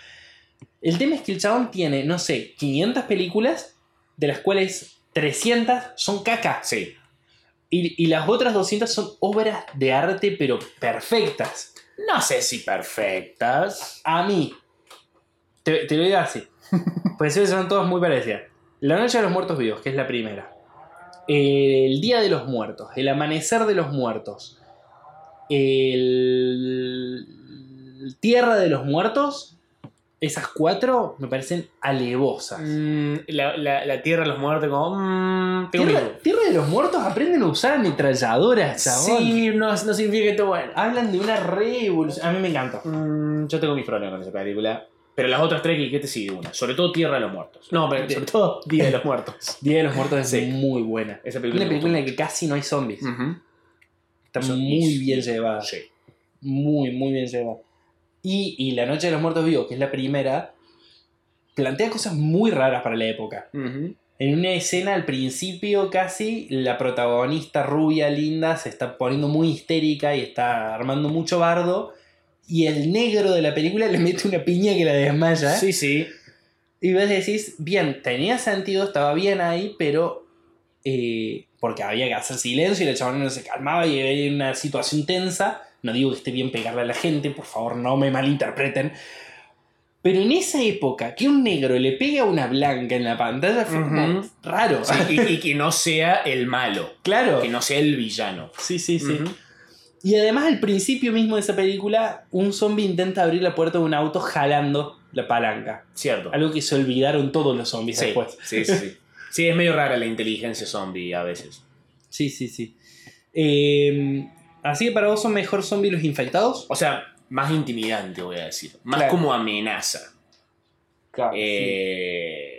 Speaker 3: El tema es que el chabón tiene, no sé, 500 películas, de las cuales 300 son caca.
Speaker 2: Sí.
Speaker 3: Y, y las otras 200 son obras de arte, pero perfectas.
Speaker 2: No sé si perfectas.
Speaker 3: A mí, te, te lo digo así, pues sí, son todas muy parecidas. La Noche de los Muertos Vivos, que es la primera. El Día de los Muertos, el Amanecer de los Muertos, el Tierra de los Muertos, esas cuatro me parecen alevosas.
Speaker 2: Mm, la, la- la tierra de los muertos, como. mm, tengo
Speaker 3: Tierra,
Speaker 2: miedo.
Speaker 3: Tierra de los Muertos aprenden a usar ametralladoras, chabón.
Speaker 2: Sí, no, no significa que esté bueno. Ah,
Speaker 3: Hablan de una revolución. A mí me encantó.
Speaker 2: Mm, yo tengo mis problemas con esa película. Pero las otras tres, ¿y ¿qué te sigue una? Sobre todo Tierra de los Muertos. No, pero sobre todo Día de los Muertos.
Speaker 3: Día de los Muertos es
Speaker 2: Sí.
Speaker 3: muy buena.
Speaker 2: Esa
Speaker 3: Una
Speaker 2: película. me
Speaker 3: película en la que "Ah, casi no hay zombies.
Speaker 2: gustó. Ujú.
Speaker 3: Está
Speaker 2: Eso-
Speaker 3: muy bien
Speaker 2: sí.
Speaker 3: llevada.
Speaker 2: Sí.
Speaker 3: Muy, muy bien llevada. Y, y La Noche de los Muertos Vivos, que es la primera, plantea cosas muy raras para la época.
Speaker 2: Ujú.
Speaker 3: En una escena al principio casi, la protagonista rubia, linda, se está poniendo muy histérica y está armando mucho bardo. Y el negro de la película le mete una piña que la desmaya. ¿eh?
Speaker 2: Sí, sí.
Speaker 3: Y vos decís, bien, tenía sentido, estaba bien ahí, pero. eh, porque había que hacer silencio y la chabona no se calmaba y era en una situación tensa. No digo que esté bien pegarle a la gente, por favor, no me malinterpreten. Pero en esa época, que un negro le pega a una blanca en la pantalla fue como
Speaker 2: Ujú.
Speaker 3: raro.
Speaker 2: Sí, y, y que no sea el malo.
Speaker 3: Claro.
Speaker 2: Que no sea el villano.
Speaker 3: Sí, sí, sí.
Speaker 2: Ujú.
Speaker 3: Y además, al principio mismo de esa película, un zombie intenta abrir la puerta de un auto jalando la palanca.
Speaker 2: Cierto.
Speaker 3: Algo pues. que se olvidaron todos los zombies
Speaker 2: Sí,
Speaker 3: después.
Speaker 2: sí, sí, sí. Sí, es medio rara la inteligencia zombie a veces.
Speaker 3: Sí, sí, sí. Eh, así que para vos son mejor zombies los infectados.
Speaker 2: O sea, más intimidante, voy a decir. Más
Speaker 3: Claro.
Speaker 2: como amenaza.
Speaker 3: Claro.
Speaker 2: Eh,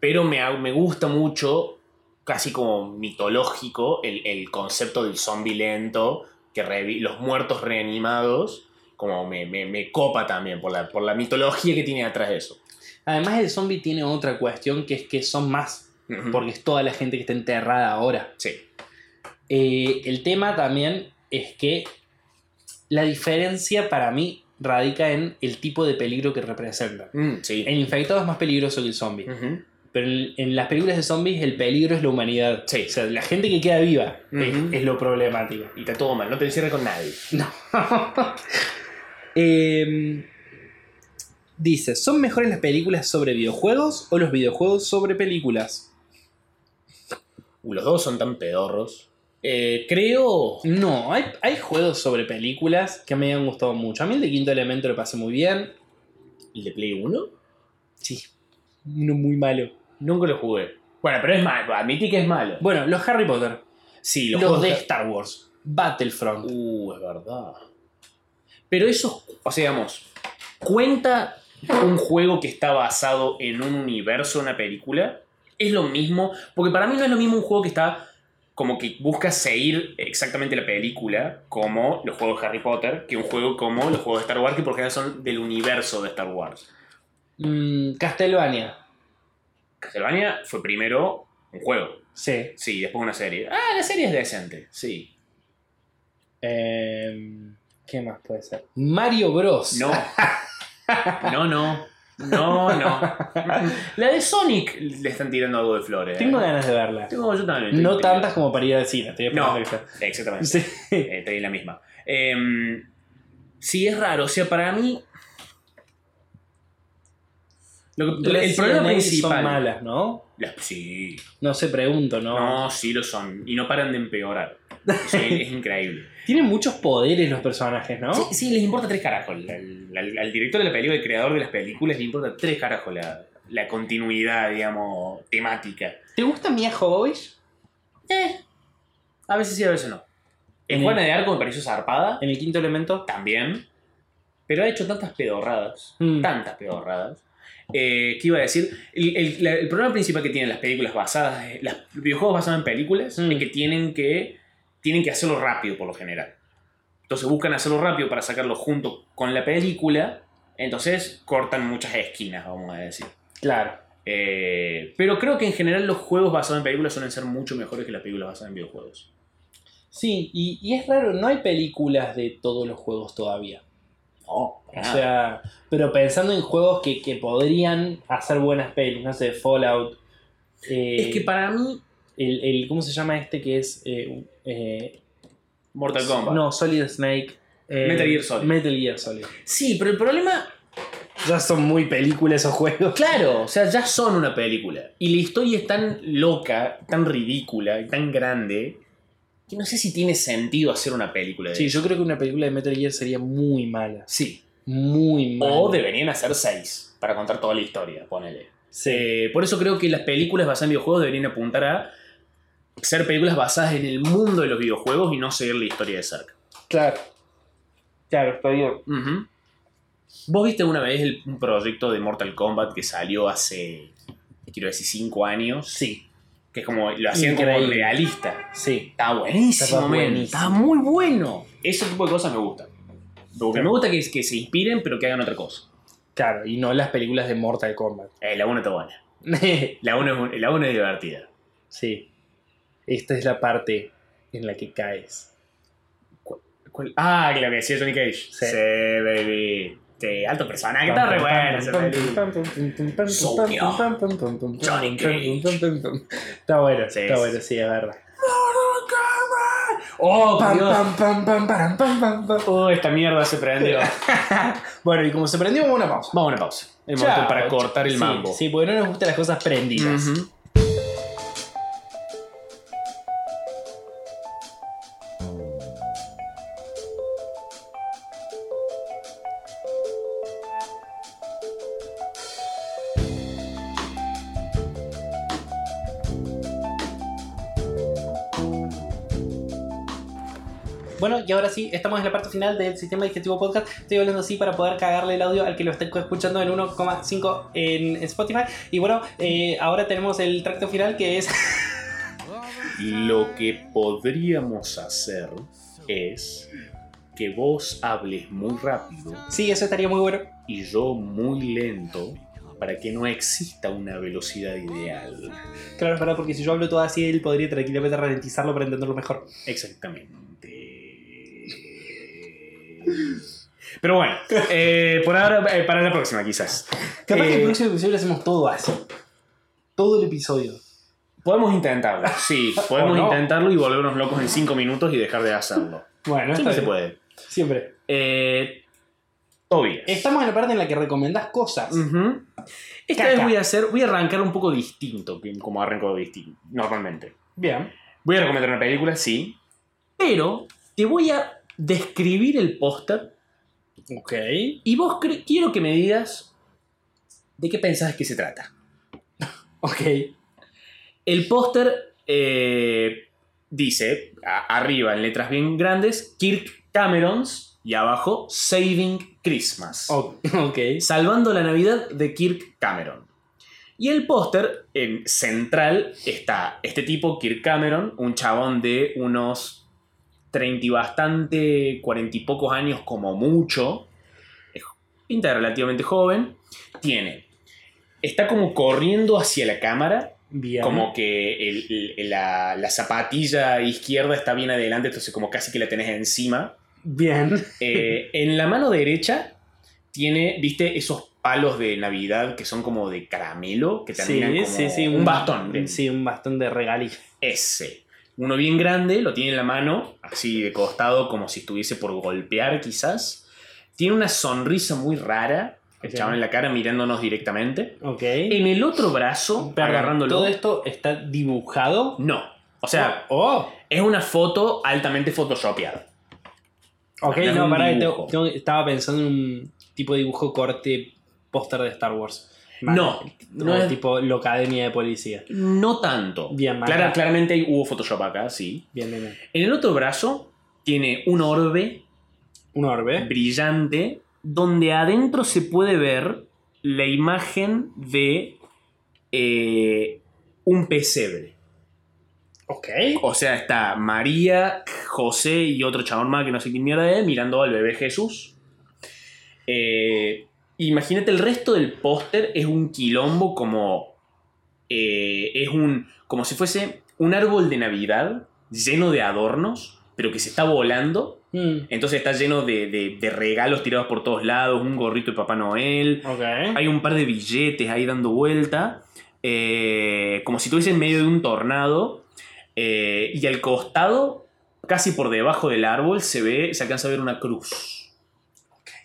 Speaker 2: Pero me, ha- me gusta mucho, casi como mitológico, el, el concepto del zombie lento, que revi- los muertos reanimados, como me, me- me copa también por la, por la mitología que tiene atrás de eso.
Speaker 3: Además, el zombie tiene otra cuestión que es que son más,
Speaker 2: Ujú.
Speaker 3: porque es toda la gente que está enterrada ahora.
Speaker 2: Sí,
Speaker 3: Eh, el tema también es que la diferencia para mí radica en el tipo de peligro que representan.
Speaker 2: Mm, sí.
Speaker 3: El infectado es más peligroso que el zombie.
Speaker 2: Ujú.
Speaker 3: Pero en, en las películas de zombies el peligro es la humanidad.
Speaker 2: Sí.
Speaker 3: O sea, la gente que queda viva es-
Speaker 2: Ujú.
Speaker 3: es lo problemático.
Speaker 2: Y está todo mal, no te encierres con nadie.
Speaker 3: No. Em, dice, ¿son mejores las películas sobre videojuegos o los videojuegos sobre películas?
Speaker 2: Uh, Los dos son tan pedorros. Eh, creo.
Speaker 3: No, hay, hay juegos sobre películas que me han gustado mucho. A mí el de Quinto Elemento lo pasé muy bien.
Speaker 2: ¿El de Play 1?
Speaker 3: Sí, uno muy malo.
Speaker 2: Nunca lo jugué. Bueno, pero es malo. Admití que es malo.
Speaker 3: Bueno, los Harry Potter.
Speaker 2: Sí,
Speaker 3: Los,
Speaker 2: los, juegos
Speaker 3: de
Speaker 2: de-
Speaker 3: Star Wars. Battlefront.
Speaker 2: Uh, es verdad. Pero eso, o sea, digamos, cuenta un juego que está basado en un universo, una película. Es lo mismo, porque para mí no es lo mismo un juego que está como que busca seguir exactamente la película, como los juegos de Harry Potter, que un juego como los juegos de Star Wars, que por general son del universo de Star Wars.
Speaker 3: Mm, Castlevania.
Speaker 2: Castlevania fue primero un juego,
Speaker 3: Sí.
Speaker 2: sí, después una serie. Ah, la serie es decente, sí.
Speaker 3: Em, ¿Qué más puede ser? Mario Bros.
Speaker 2: No. No, no. No, no. La de Sonic le están tirando algo de flores. ¿eh?
Speaker 3: Tengo ganas de verla.
Speaker 2: Tengo- yo también. tengo-
Speaker 3: No
Speaker 2: tengo-
Speaker 3: tantas como para ir al cine. Estoy
Speaker 2: No,
Speaker 3: esperando que sea-
Speaker 2: exactamente.
Speaker 3: Sí.
Speaker 2: Eh, estoy en la misma. Em, sí, es raro. O sea, para mí. Lo que- el
Speaker 3: Resident
Speaker 2: problema
Speaker 3: Evil
Speaker 2: principal.
Speaker 3: Son malas, ¿no?
Speaker 2: Las- sí.
Speaker 3: No se pregunto, ¿no?
Speaker 2: No, sí lo son. Y no paran de empeorar. Sí, es increíble.
Speaker 3: Tienen muchos poderes los personajes, ¿no?
Speaker 2: Sí, sí, les importa tres carajos. Al, al- al director de la película, el creador de las películas, le importa tres carajos la, la continuidad, digamos, temática.
Speaker 3: ¿Te gusta Mia Jovovich?
Speaker 2: Eh, a veces sí, a veces no. En
Speaker 3: En
Speaker 2: Juana
Speaker 3: el-
Speaker 2: de Arco me pareció zarpada,
Speaker 3: En el quinto elemento.
Speaker 2: también. Pero ha hecho tantas pedorradas,
Speaker 3: Mm.
Speaker 2: tantas pedorradas. Eh, ¿Qué iba a decir? El, el- la- el problema principal que tienen las películas basadas, los videojuegos basados en películas,
Speaker 3: Mm.
Speaker 2: es que tienen que tienen que hacerlo rápido por lo general. Entonces buscan hacerlo rápido para sacarlo junto con la película. Entonces cortan muchas esquinas, vamos a decir.
Speaker 3: Claro.
Speaker 2: Eh, pero creo que en general los juegos basados en películas suelen ser mucho mejores que las películas basadas en videojuegos.
Speaker 3: Sí, y, y es raro, no hay películas de todos los juegos todavía.
Speaker 2: No, para
Speaker 3: O
Speaker 2: nada.
Speaker 3: sea, pero pensando en juegos que, que podrían hacer buenas pelis, no sé, Fallout. eh,
Speaker 2: es que para mí,
Speaker 3: el, el- ¿Cómo se llama este que es? eh, eh,
Speaker 2: Mortal Kombat.
Speaker 3: no, Solid Snake. eh,
Speaker 2: Metal Gear Solid.
Speaker 3: Metal Gear Solid.
Speaker 2: Sí, pero el problema,
Speaker 3: Ya son muy películas esos juegos.
Speaker 2: claro, o sea, ya son una película. Y la historia es tan loca, tan ridícula, y tan grande, que no sé si tiene sentido hacer una película de
Speaker 3: Sí,
Speaker 2: eso.
Speaker 3: yo creo que una película de Metal Gear sería muy mala.
Speaker 2: Sí.
Speaker 3: Muy mala.
Speaker 2: O deberían hacer seis para contar toda la historia, ponele.
Speaker 3: Sí.
Speaker 2: Eh, por eso creo que las películas basadas en videojuegos deberían apuntar a ser películas basadas en el mundo de los videojuegos y no seguir la historia de cerca.
Speaker 3: Claro. Claro, está bien.
Speaker 2: Ujú. ¿Vos viste una vez el- un proyecto de Mortal Kombat que salió hace, quiero decir, cinco años?
Speaker 3: Sí,
Speaker 2: Que es como, lo hacían como
Speaker 3: Increíble.
Speaker 2: realista.
Speaker 3: sí.
Speaker 2: Está buenísimo,
Speaker 3: Estaba
Speaker 2: men.
Speaker 3: buenísimo.
Speaker 2: Está muy bueno. Ese tipo de cosas me gustan. Porque me gusta que, que se inspiren, pero que hagan otra cosa.
Speaker 3: Claro, y no las películas de Mortal Kombat.
Speaker 2: Eh, la 1 está buena. La 1 es, un- la uno es divertida.
Speaker 3: sí. Esta es la parte en la que caes.
Speaker 2: ¿Cuál? Ah, claro que decía Johnny Cage.
Speaker 3: Sí.
Speaker 2: baby. Sí, alto personaje. Está re bueno esa película. Sonia. Johnny Cage.
Speaker 3: Está bueno,
Speaker 2: Sí,
Speaker 3: está
Speaker 2: sí,
Speaker 3: bueno, sí, es verdad.
Speaker 2: ¡Oh, por
Speaker 3: Pam,
Speaker 2: Dios!
Speaker 3: pam, pam, pam, param, pam, pam, pam.
Speaker 2: Oh, esta mierda se prendió.
Speaker 3: Bueno, y como se prendió, vamos a una pausa.
Speaker 2: Vamos a una pausa. El
Speaker 3: Chao.
Speaker 2: momento para cortar el
Speaker 3: Sí,
Speaker 2: mambo.
Speaker 3: Sí, porque no nos gustan las cosas prendidas.
Speaker 2: Ujú.
Speaker 3: Bueno, y ahora sí, estamos en la parte final del sistema digestivo podcast. Estoy hablando así para poder cagarle el audio al que lo esté escuchando en 1,5 en Spotify. Y bueno, eh, ahora tenemos el tracto final que es.
Speaker 2: Lo que podríamos hacer es que vos hables muy rápido
Speaker 3: sí, eso estaría muy bueno.
Speaker 2: y yo muy lento para que no exista una velocidad ideal.
Speaker 3: Claro, es verdad, porque si yo hablo todo así, él podría tranquilamente ralentizarlo para entenderlo mejor.
Speaker 2: Exactamente. Pero bueno, eh, por ahora, eh, para la próxima quizás.
Speaker 3: Capaz que
Speaker 2: Eh,
Speaker 3: el próximo episodio lo hacemos todo así. Todo el episodio.
Speaker 2: Podemos intentarlo, sí, podemos
Speaker 3: no.
Speaker 2: intentarlo y volvernos locos en 5 minutos y dejar de hacerlo.
Speaker 3: Bueno,
Speaker 2: Siempre
Speaker 3: está
Speaker 2: se
Speaker 3: bien.
Speaker 2: puede.
Speaker 3: Siempre.
Speaker 2: Eh, Tobias.
Speaker 3: Estamos en la parte en la que recomendás cosas.
Speaker 2: Ujú. Esta
Speaker 3: Caca.
Speaker 2: vez voy a hacer, voy a arrancar un poco distinto que como arranco distinto, normalmente.
Speaker 3: Bien.
Speaker 2: Voy a recomendar una película, sí, pero te voy a describir el póster
Speaker 3: Ok.
Speaker 2: y vos cre- quiero que me digas de qué pensás que se trata.
Speaker 3: Ok.
Speaker 2: El póster eh, dice, a- arriba en letras bien grandes, Kirk Camerons y abajo Saving Christmas.
Speaker 3: O- Ok.
Speaker 2: Salvando la Navidad de Kirk Cameron. Y el póster en central está este tipo, Kirk Cameron, un chabón de unos 30 y bastante, 40 y pocos años como mucho. Es- Pinta relativamente joven. Tiene. Está como corriendo hacia la cámara.
Speaker 3: Bien.
Speaker 2: Como que el- el- la, la zapatilla izquierda está bien adelante, entonces como casi que la tenés encima.
Speaker 3: Bien.
Speaker 2: Eh, en la mano derecha tiene, viste, esos palos de Navidad que son como de caramelo, que terminan como un bastón. bien.
Speaker 3: Sí, un bastón de regalí.
Speaker 2: Ese. Uno bien grande, lo tiene en la mano, así de costado, como si estuviese por golpear quizás. Tiene una sonrisa muy rara, el
Speaker 3: Ok.
Speaker 2: chaval en la cara mirándonos directamente.
Speaker 3: Ok.
Speaker 2: En el otro brazo,
Speaker 3: Perdón,
Speaker 2: agarrándolo...
Speaker 3: ¿Todo esto está dibujado?
Speaker 2: No. O sea,
Speaker 3: Oh.
Speaker 2: es una foto altamente photoshopeada.
Speaker 3: Ok,
Speaker 2: Es
Speaker 3: no,
Speaker 2: un
Speaker 3: pará, que
Speaker 2: dibujo.
Speaker 3: tengo- tengo- estaba pensando en un tipo de dibujo corte póster de Star Wars.
Speaker 2: No, no
Speaker 3: o
Speaker 2: es-
Speaker 3: tipo la academia de policía.
Speaker 2: No tanto.
Speaker 3: Bien,
Speaker 2: Clara-
Speaker 3: Marta.
Speaker 2: claramente hay- hubo Photoshop acá, sí.
Speaker 3: Bien, bien, bien.
Speaker 2: En el otro brazo tiene un orbe
Speaker 3: Un
Speaker 4: ¿Eh?
Speaker 3: orbe.
Speaker 2: brillante donde adentro se puede ver la imagen de eh, un pesebre.
Speaker 3: Ok.
Speaker 2: O sea, está María, José y otro chabón más que no sé quién mierda es mirando al bebé Jesús. Eh, imagínate, el resto del póster es un quilombo como. eh, es un. como si fuese un árbol de Navidad lleno de adornos, pero que se está volando.
Speaker 3: Mm,
Speaker 2: Entonces está lleno de, de- de regalos tirados por todos lados, un gorrito de Papá Noel,
Speaker 3: Ok.
Speaker 2: hay un par de billetes ahí dando vuelta, eh, como si estuviese en medio de un tornado, eh, y al costado, casi por debajo del árbol, se ve, se alcanza a ver una cruz,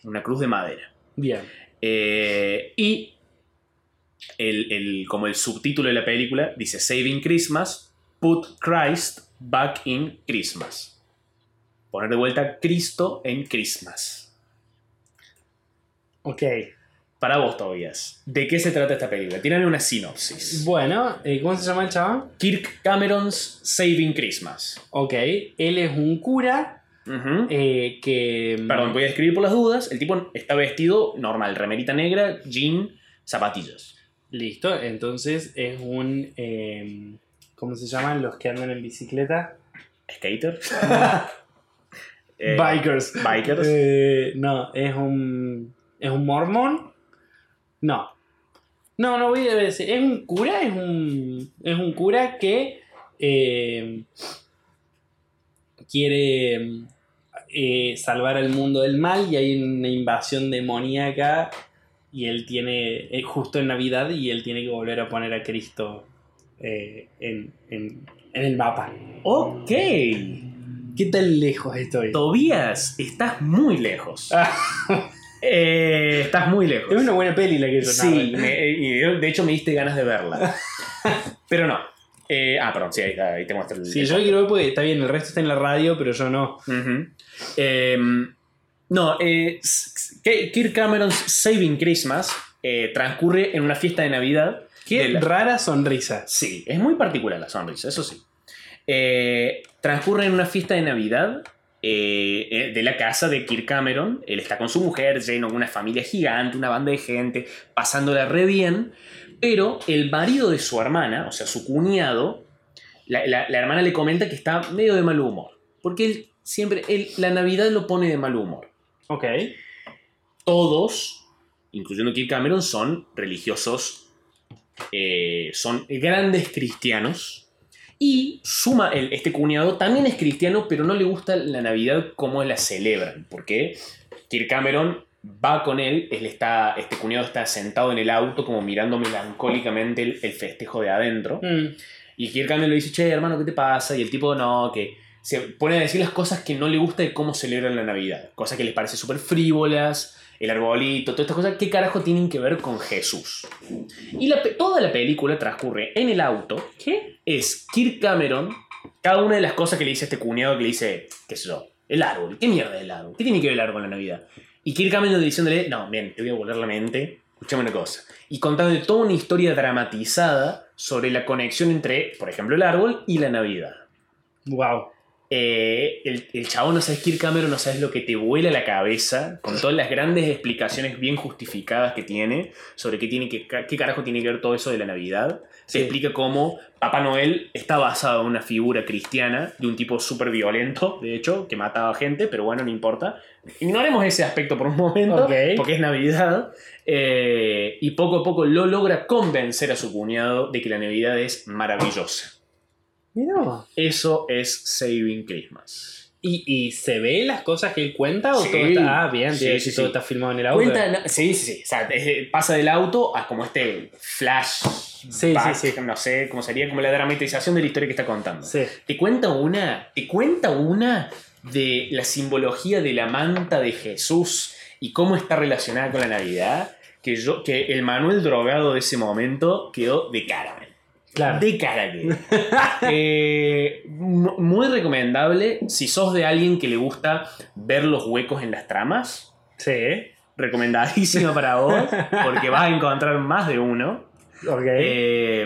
Speaker 2: una cruz de madera.
Speaker 3: Bien.
Speaker 2: Eh, y el, el- como el subtítulo de la película dice Saving Christmas, Put Christ Back in Christmas. Poner de vuelta Cristo en Christmas.
Speaker 3: Ok.
Speaker 2: Para vos, Tobias, ¿de qué se trata esta película? Tírame una sinopsis.
Speaker 3: Bueno, eh, ¿cómo se llama el chaval?
Speaker 2: Kirk Cameron's Saving Christmas.
Speaker 3: Ok. Él es un cura
Speaker 2: Ujú.
Speaker 3: eh, que.
Speaker 2: Perdón, pues. voy a escribir por las dudas. El tipo está vestido normal, remerita negra, jean, zapatillas.
Speaker 3: Listo, entonces es un. eh, ¿Cómo se llaman los que andan en bicicleta?
Speaker 2: Skater. Eh,
Speaker 3: Bikers.
Speaker 2: Bikers.
Speaker 3: Eh, no, es un. ¿Es un mormón? No. No, no voy a decir. Es un cura, es un. Es un cura que. eh, quiere. eh, salvar al mundo del mal y hay una invasión demoníaca. Y él tiene. eh, justo en Navidad y él tiene que volver a poner a Cristo eh, en, en- en el mapa.
Speaker 2: Ok.
Speaker 3: ¿Qué tan lejos estoy?
Speaker 2: Tobías, estás muy lejos.
Speaker 3: Ah.
Speaker 2: Eh, estás muy lejos.
Speaker 3: Es una buena peli la que yo
Speaker 2: Sí,
Speaker 3: narro.
Speaker 2: me- y de de hecho me diste ganas de verla. Pero no. Eh, ah, perdón, sí, ahí, está, ahí te muestro el.
Speaker 3: Sí, yo quiero ver porque está bien, el resto está en la radio, pero yo no.
Speaker 2: Ujú. Em, no, eh, s- s- Kirk Cameron's Saving Christmas eh, transcurre en una fiesta de Navidad.
Speaker 3: Qué
Speaker 2: de la-
Speaker 3: rara sonrisa.
Speaker 2: Sí, es muy particular la sonrisa, eso sí. Eh, transcurre en una fiesta de Navidad eh, eh, de la casa de Kirk Cameron. Él está con su mujer, lleno de una familia gigante, una banda de gente, pasándola re bien. Pero el marido de su hermana, o sea, su cuñado, la, la- la hermana le comenta que está medio de mal humor. Porque él siempre, él, la Navidad lo pone de mal humor.
Speaker 3: Ok.
Speaker 2: Todos, incluyendo Kirk Cameron, son religiosos, eh, son grandes cristianos. Y suma el- este cuñado también es cristiano, pero no le gusta la Navidad como la celebran, porque Kirk Cameron va con él, él está, este cuñado está sentado en el auto como mirando melancólicamente el, el festejo de adentro.
Speaker 4: Mm.
Speaker 2: Y Kirk Cameron le dice, che, hermano, ¿qué te pasa? Y el tipo, no, que se pone a decir las cosas que no le gusta de cómo celebran la Navidad. Cosas que les parece súper frívolas, el arbolito, todas estas cosas. ¿Qué carajo tienen que ver con Jesús? Y la pe- toda la película transcurre en el auto. ¿Qué? Es Kirk Cameron, cada una de las cosas que le dice este cuñado que le dice, qué sé yo, el árbol, ¿qué mierda es el árbol? ¿Qué tiene que ver el árbol con la Navidad? Y Kirk Cameron diciéndole, no, bien, te voy a volar la mente, escúchame una cosa. Y contando toda una historia dramatizada sobre la conexión entre, por ejemplo, el árbol y la Navidad.
Speaker 4: Wow.
Speaker 2: Eh, el, el chabón, no sabes, Kirk Cameron, no sabes lo que te vuela la cabeza con todas las grandes explicaciones bien justificadas que tiene sobre qué, tiene que, qué carajo tiene que ver todo eso de la Navidad. Se
Speaker 4: Sí.
Speaker 2: explica cómo Papá Noel está basado en una figura cristiana de un tipo súper violento, de hecho, que mataba gente, pero bueno, no importa. Ignoremos ese aspecto por un momento,
Speaker 4: Ok.
Speaker 2: porque es Navidad. eh, y poco a poco lo logra convencer a su cuñado de que la Navidad es maravillosa.
Speaker 4: Mira vos.
Speaker 2: Eso es Saving Christmas.
Speaker 4: ¿Y, y se ve las cosas que él cuenta o
Speaker 2: Sí.
Speaker 4: todo está. Ah, bien,
Speaker 2: Sí,
Speaker 4: bien,
Speaker 2: sí,
Speaker 4: todo
Speaker 2: sí.
Speaker 4: está filmado en el auto.
Speaker 2: Cuenta, na- sí, sí, sí. O sea, es de- pasa del auto a como este flash.
Speaker 4: Sí,
Speaker 2: back,
Speaker 4: sí, sí.
Speaker 2: No sé, como sería como la dramatización de la historia que está contando.
Speaker 4: Sí.
Speaker 2: Te cuenta una, te cuenta una de la simbología de la manta de Jesús y cómo está relacionada con la Navidad, que yo, que el Manuel drogado de ese momento quedó de cara. man.
Speaker 4: Claro.
Speaker 2: De cara que. Eh, mu- muy recomendable si sos de alguien que le gusta ver los huecos en las tramas
Speaker 4: Sí.
Speaker 2: recomendadísima para vos, porque vas a encontrar más de uno.
Speaker 4: Ok.
Speaker 2: Eh,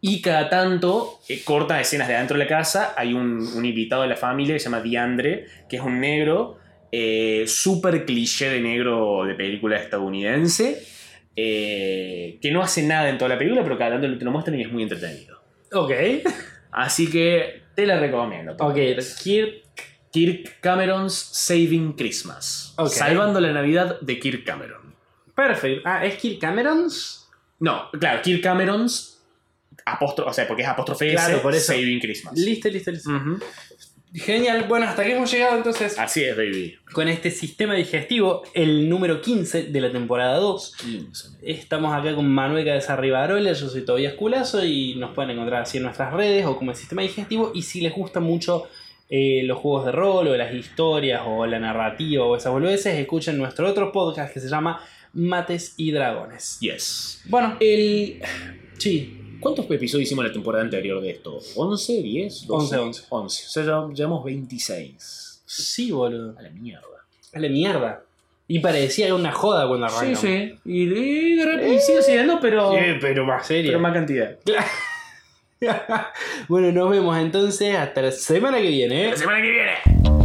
Speaker 2: y cada tanto eh, corta escenas de adentro de la casa. Hay un, un invitado de la familia que se llama Diandre, que es un negro, eh, súper cliché de negro de película estadounidense, eh, que no hace nada en toda la película, pero cada tanto te lo muestran y es muy entretenido.
Speaker 4: ok.
Speaker 2: Así que te la recomiendo.
Speaker 4: Ok. Kirk.
Speaker 2: Kirk Cameron's Saving Christmas.
Speaker 4: Ok.
Speaker 2: Salvando la Navidad de Kirk Cameron.
Speaker 4: Perfect. Ah, ¿es Kirk Camerons?
Speaker 2: No, claro, Kirk Cameron's apóstrofe, o sea, porque es apóstrofe
Speaker 4: Claro,
Speaker 2: S,
Speaker 4: por eso.
Speaker 2: Saving Christmas.
Speaker 4: Listo, listo, listo.
Speaker 2: Ujú.
Speaker 3: Mm.
Speaker 4: Genial. Bueno, hasta aquí hemos llegado entonces.
Speaker 2: Así es, baby.
Speaker 4: Con este sistema digestivo, el número 15 de la temporada 2.
Speaker 2: 15.
Speaker 4: Estamos acá con Manuel Cabeza Rivarola, yo soy Tobias Culazo y nos pueden encontrar así en nuestras redes o como el sistema digestivo. Y si les gustan mucho eh, los juegos de rol o las historias o la narrativa o esas boludeces, escuchen nuestro otro podcast que se llama Mates y Dragones.
Speaker 2: Yes.
Speaker 4: Bueno,
Speaker 2: El...
Speaker 4: sí,
Speaker 2: ¿Cuántos episodios hicimos la temporada anterior de esto? ¿11, 10? 12?
Speaker 4: 11, 11.
Speaker 2: 11. O sea, ya- llevamos 26.
Speaker 4: Sí, boludo.
Speaker 2: A la mierda.
Speaker 4: A la mierda. Y parecía una joda cuando arrancamos.
Speaker 2: sí. Y, y de repente sigue siendo, pero...
Speaker 4: Sí, pero más serio.
Speaker 2: Pero más cantidad.
Speaker 4: bueno, nos vemos entonces hasta la semana que viene. ¿eh?
Speaker 2: semana que viene.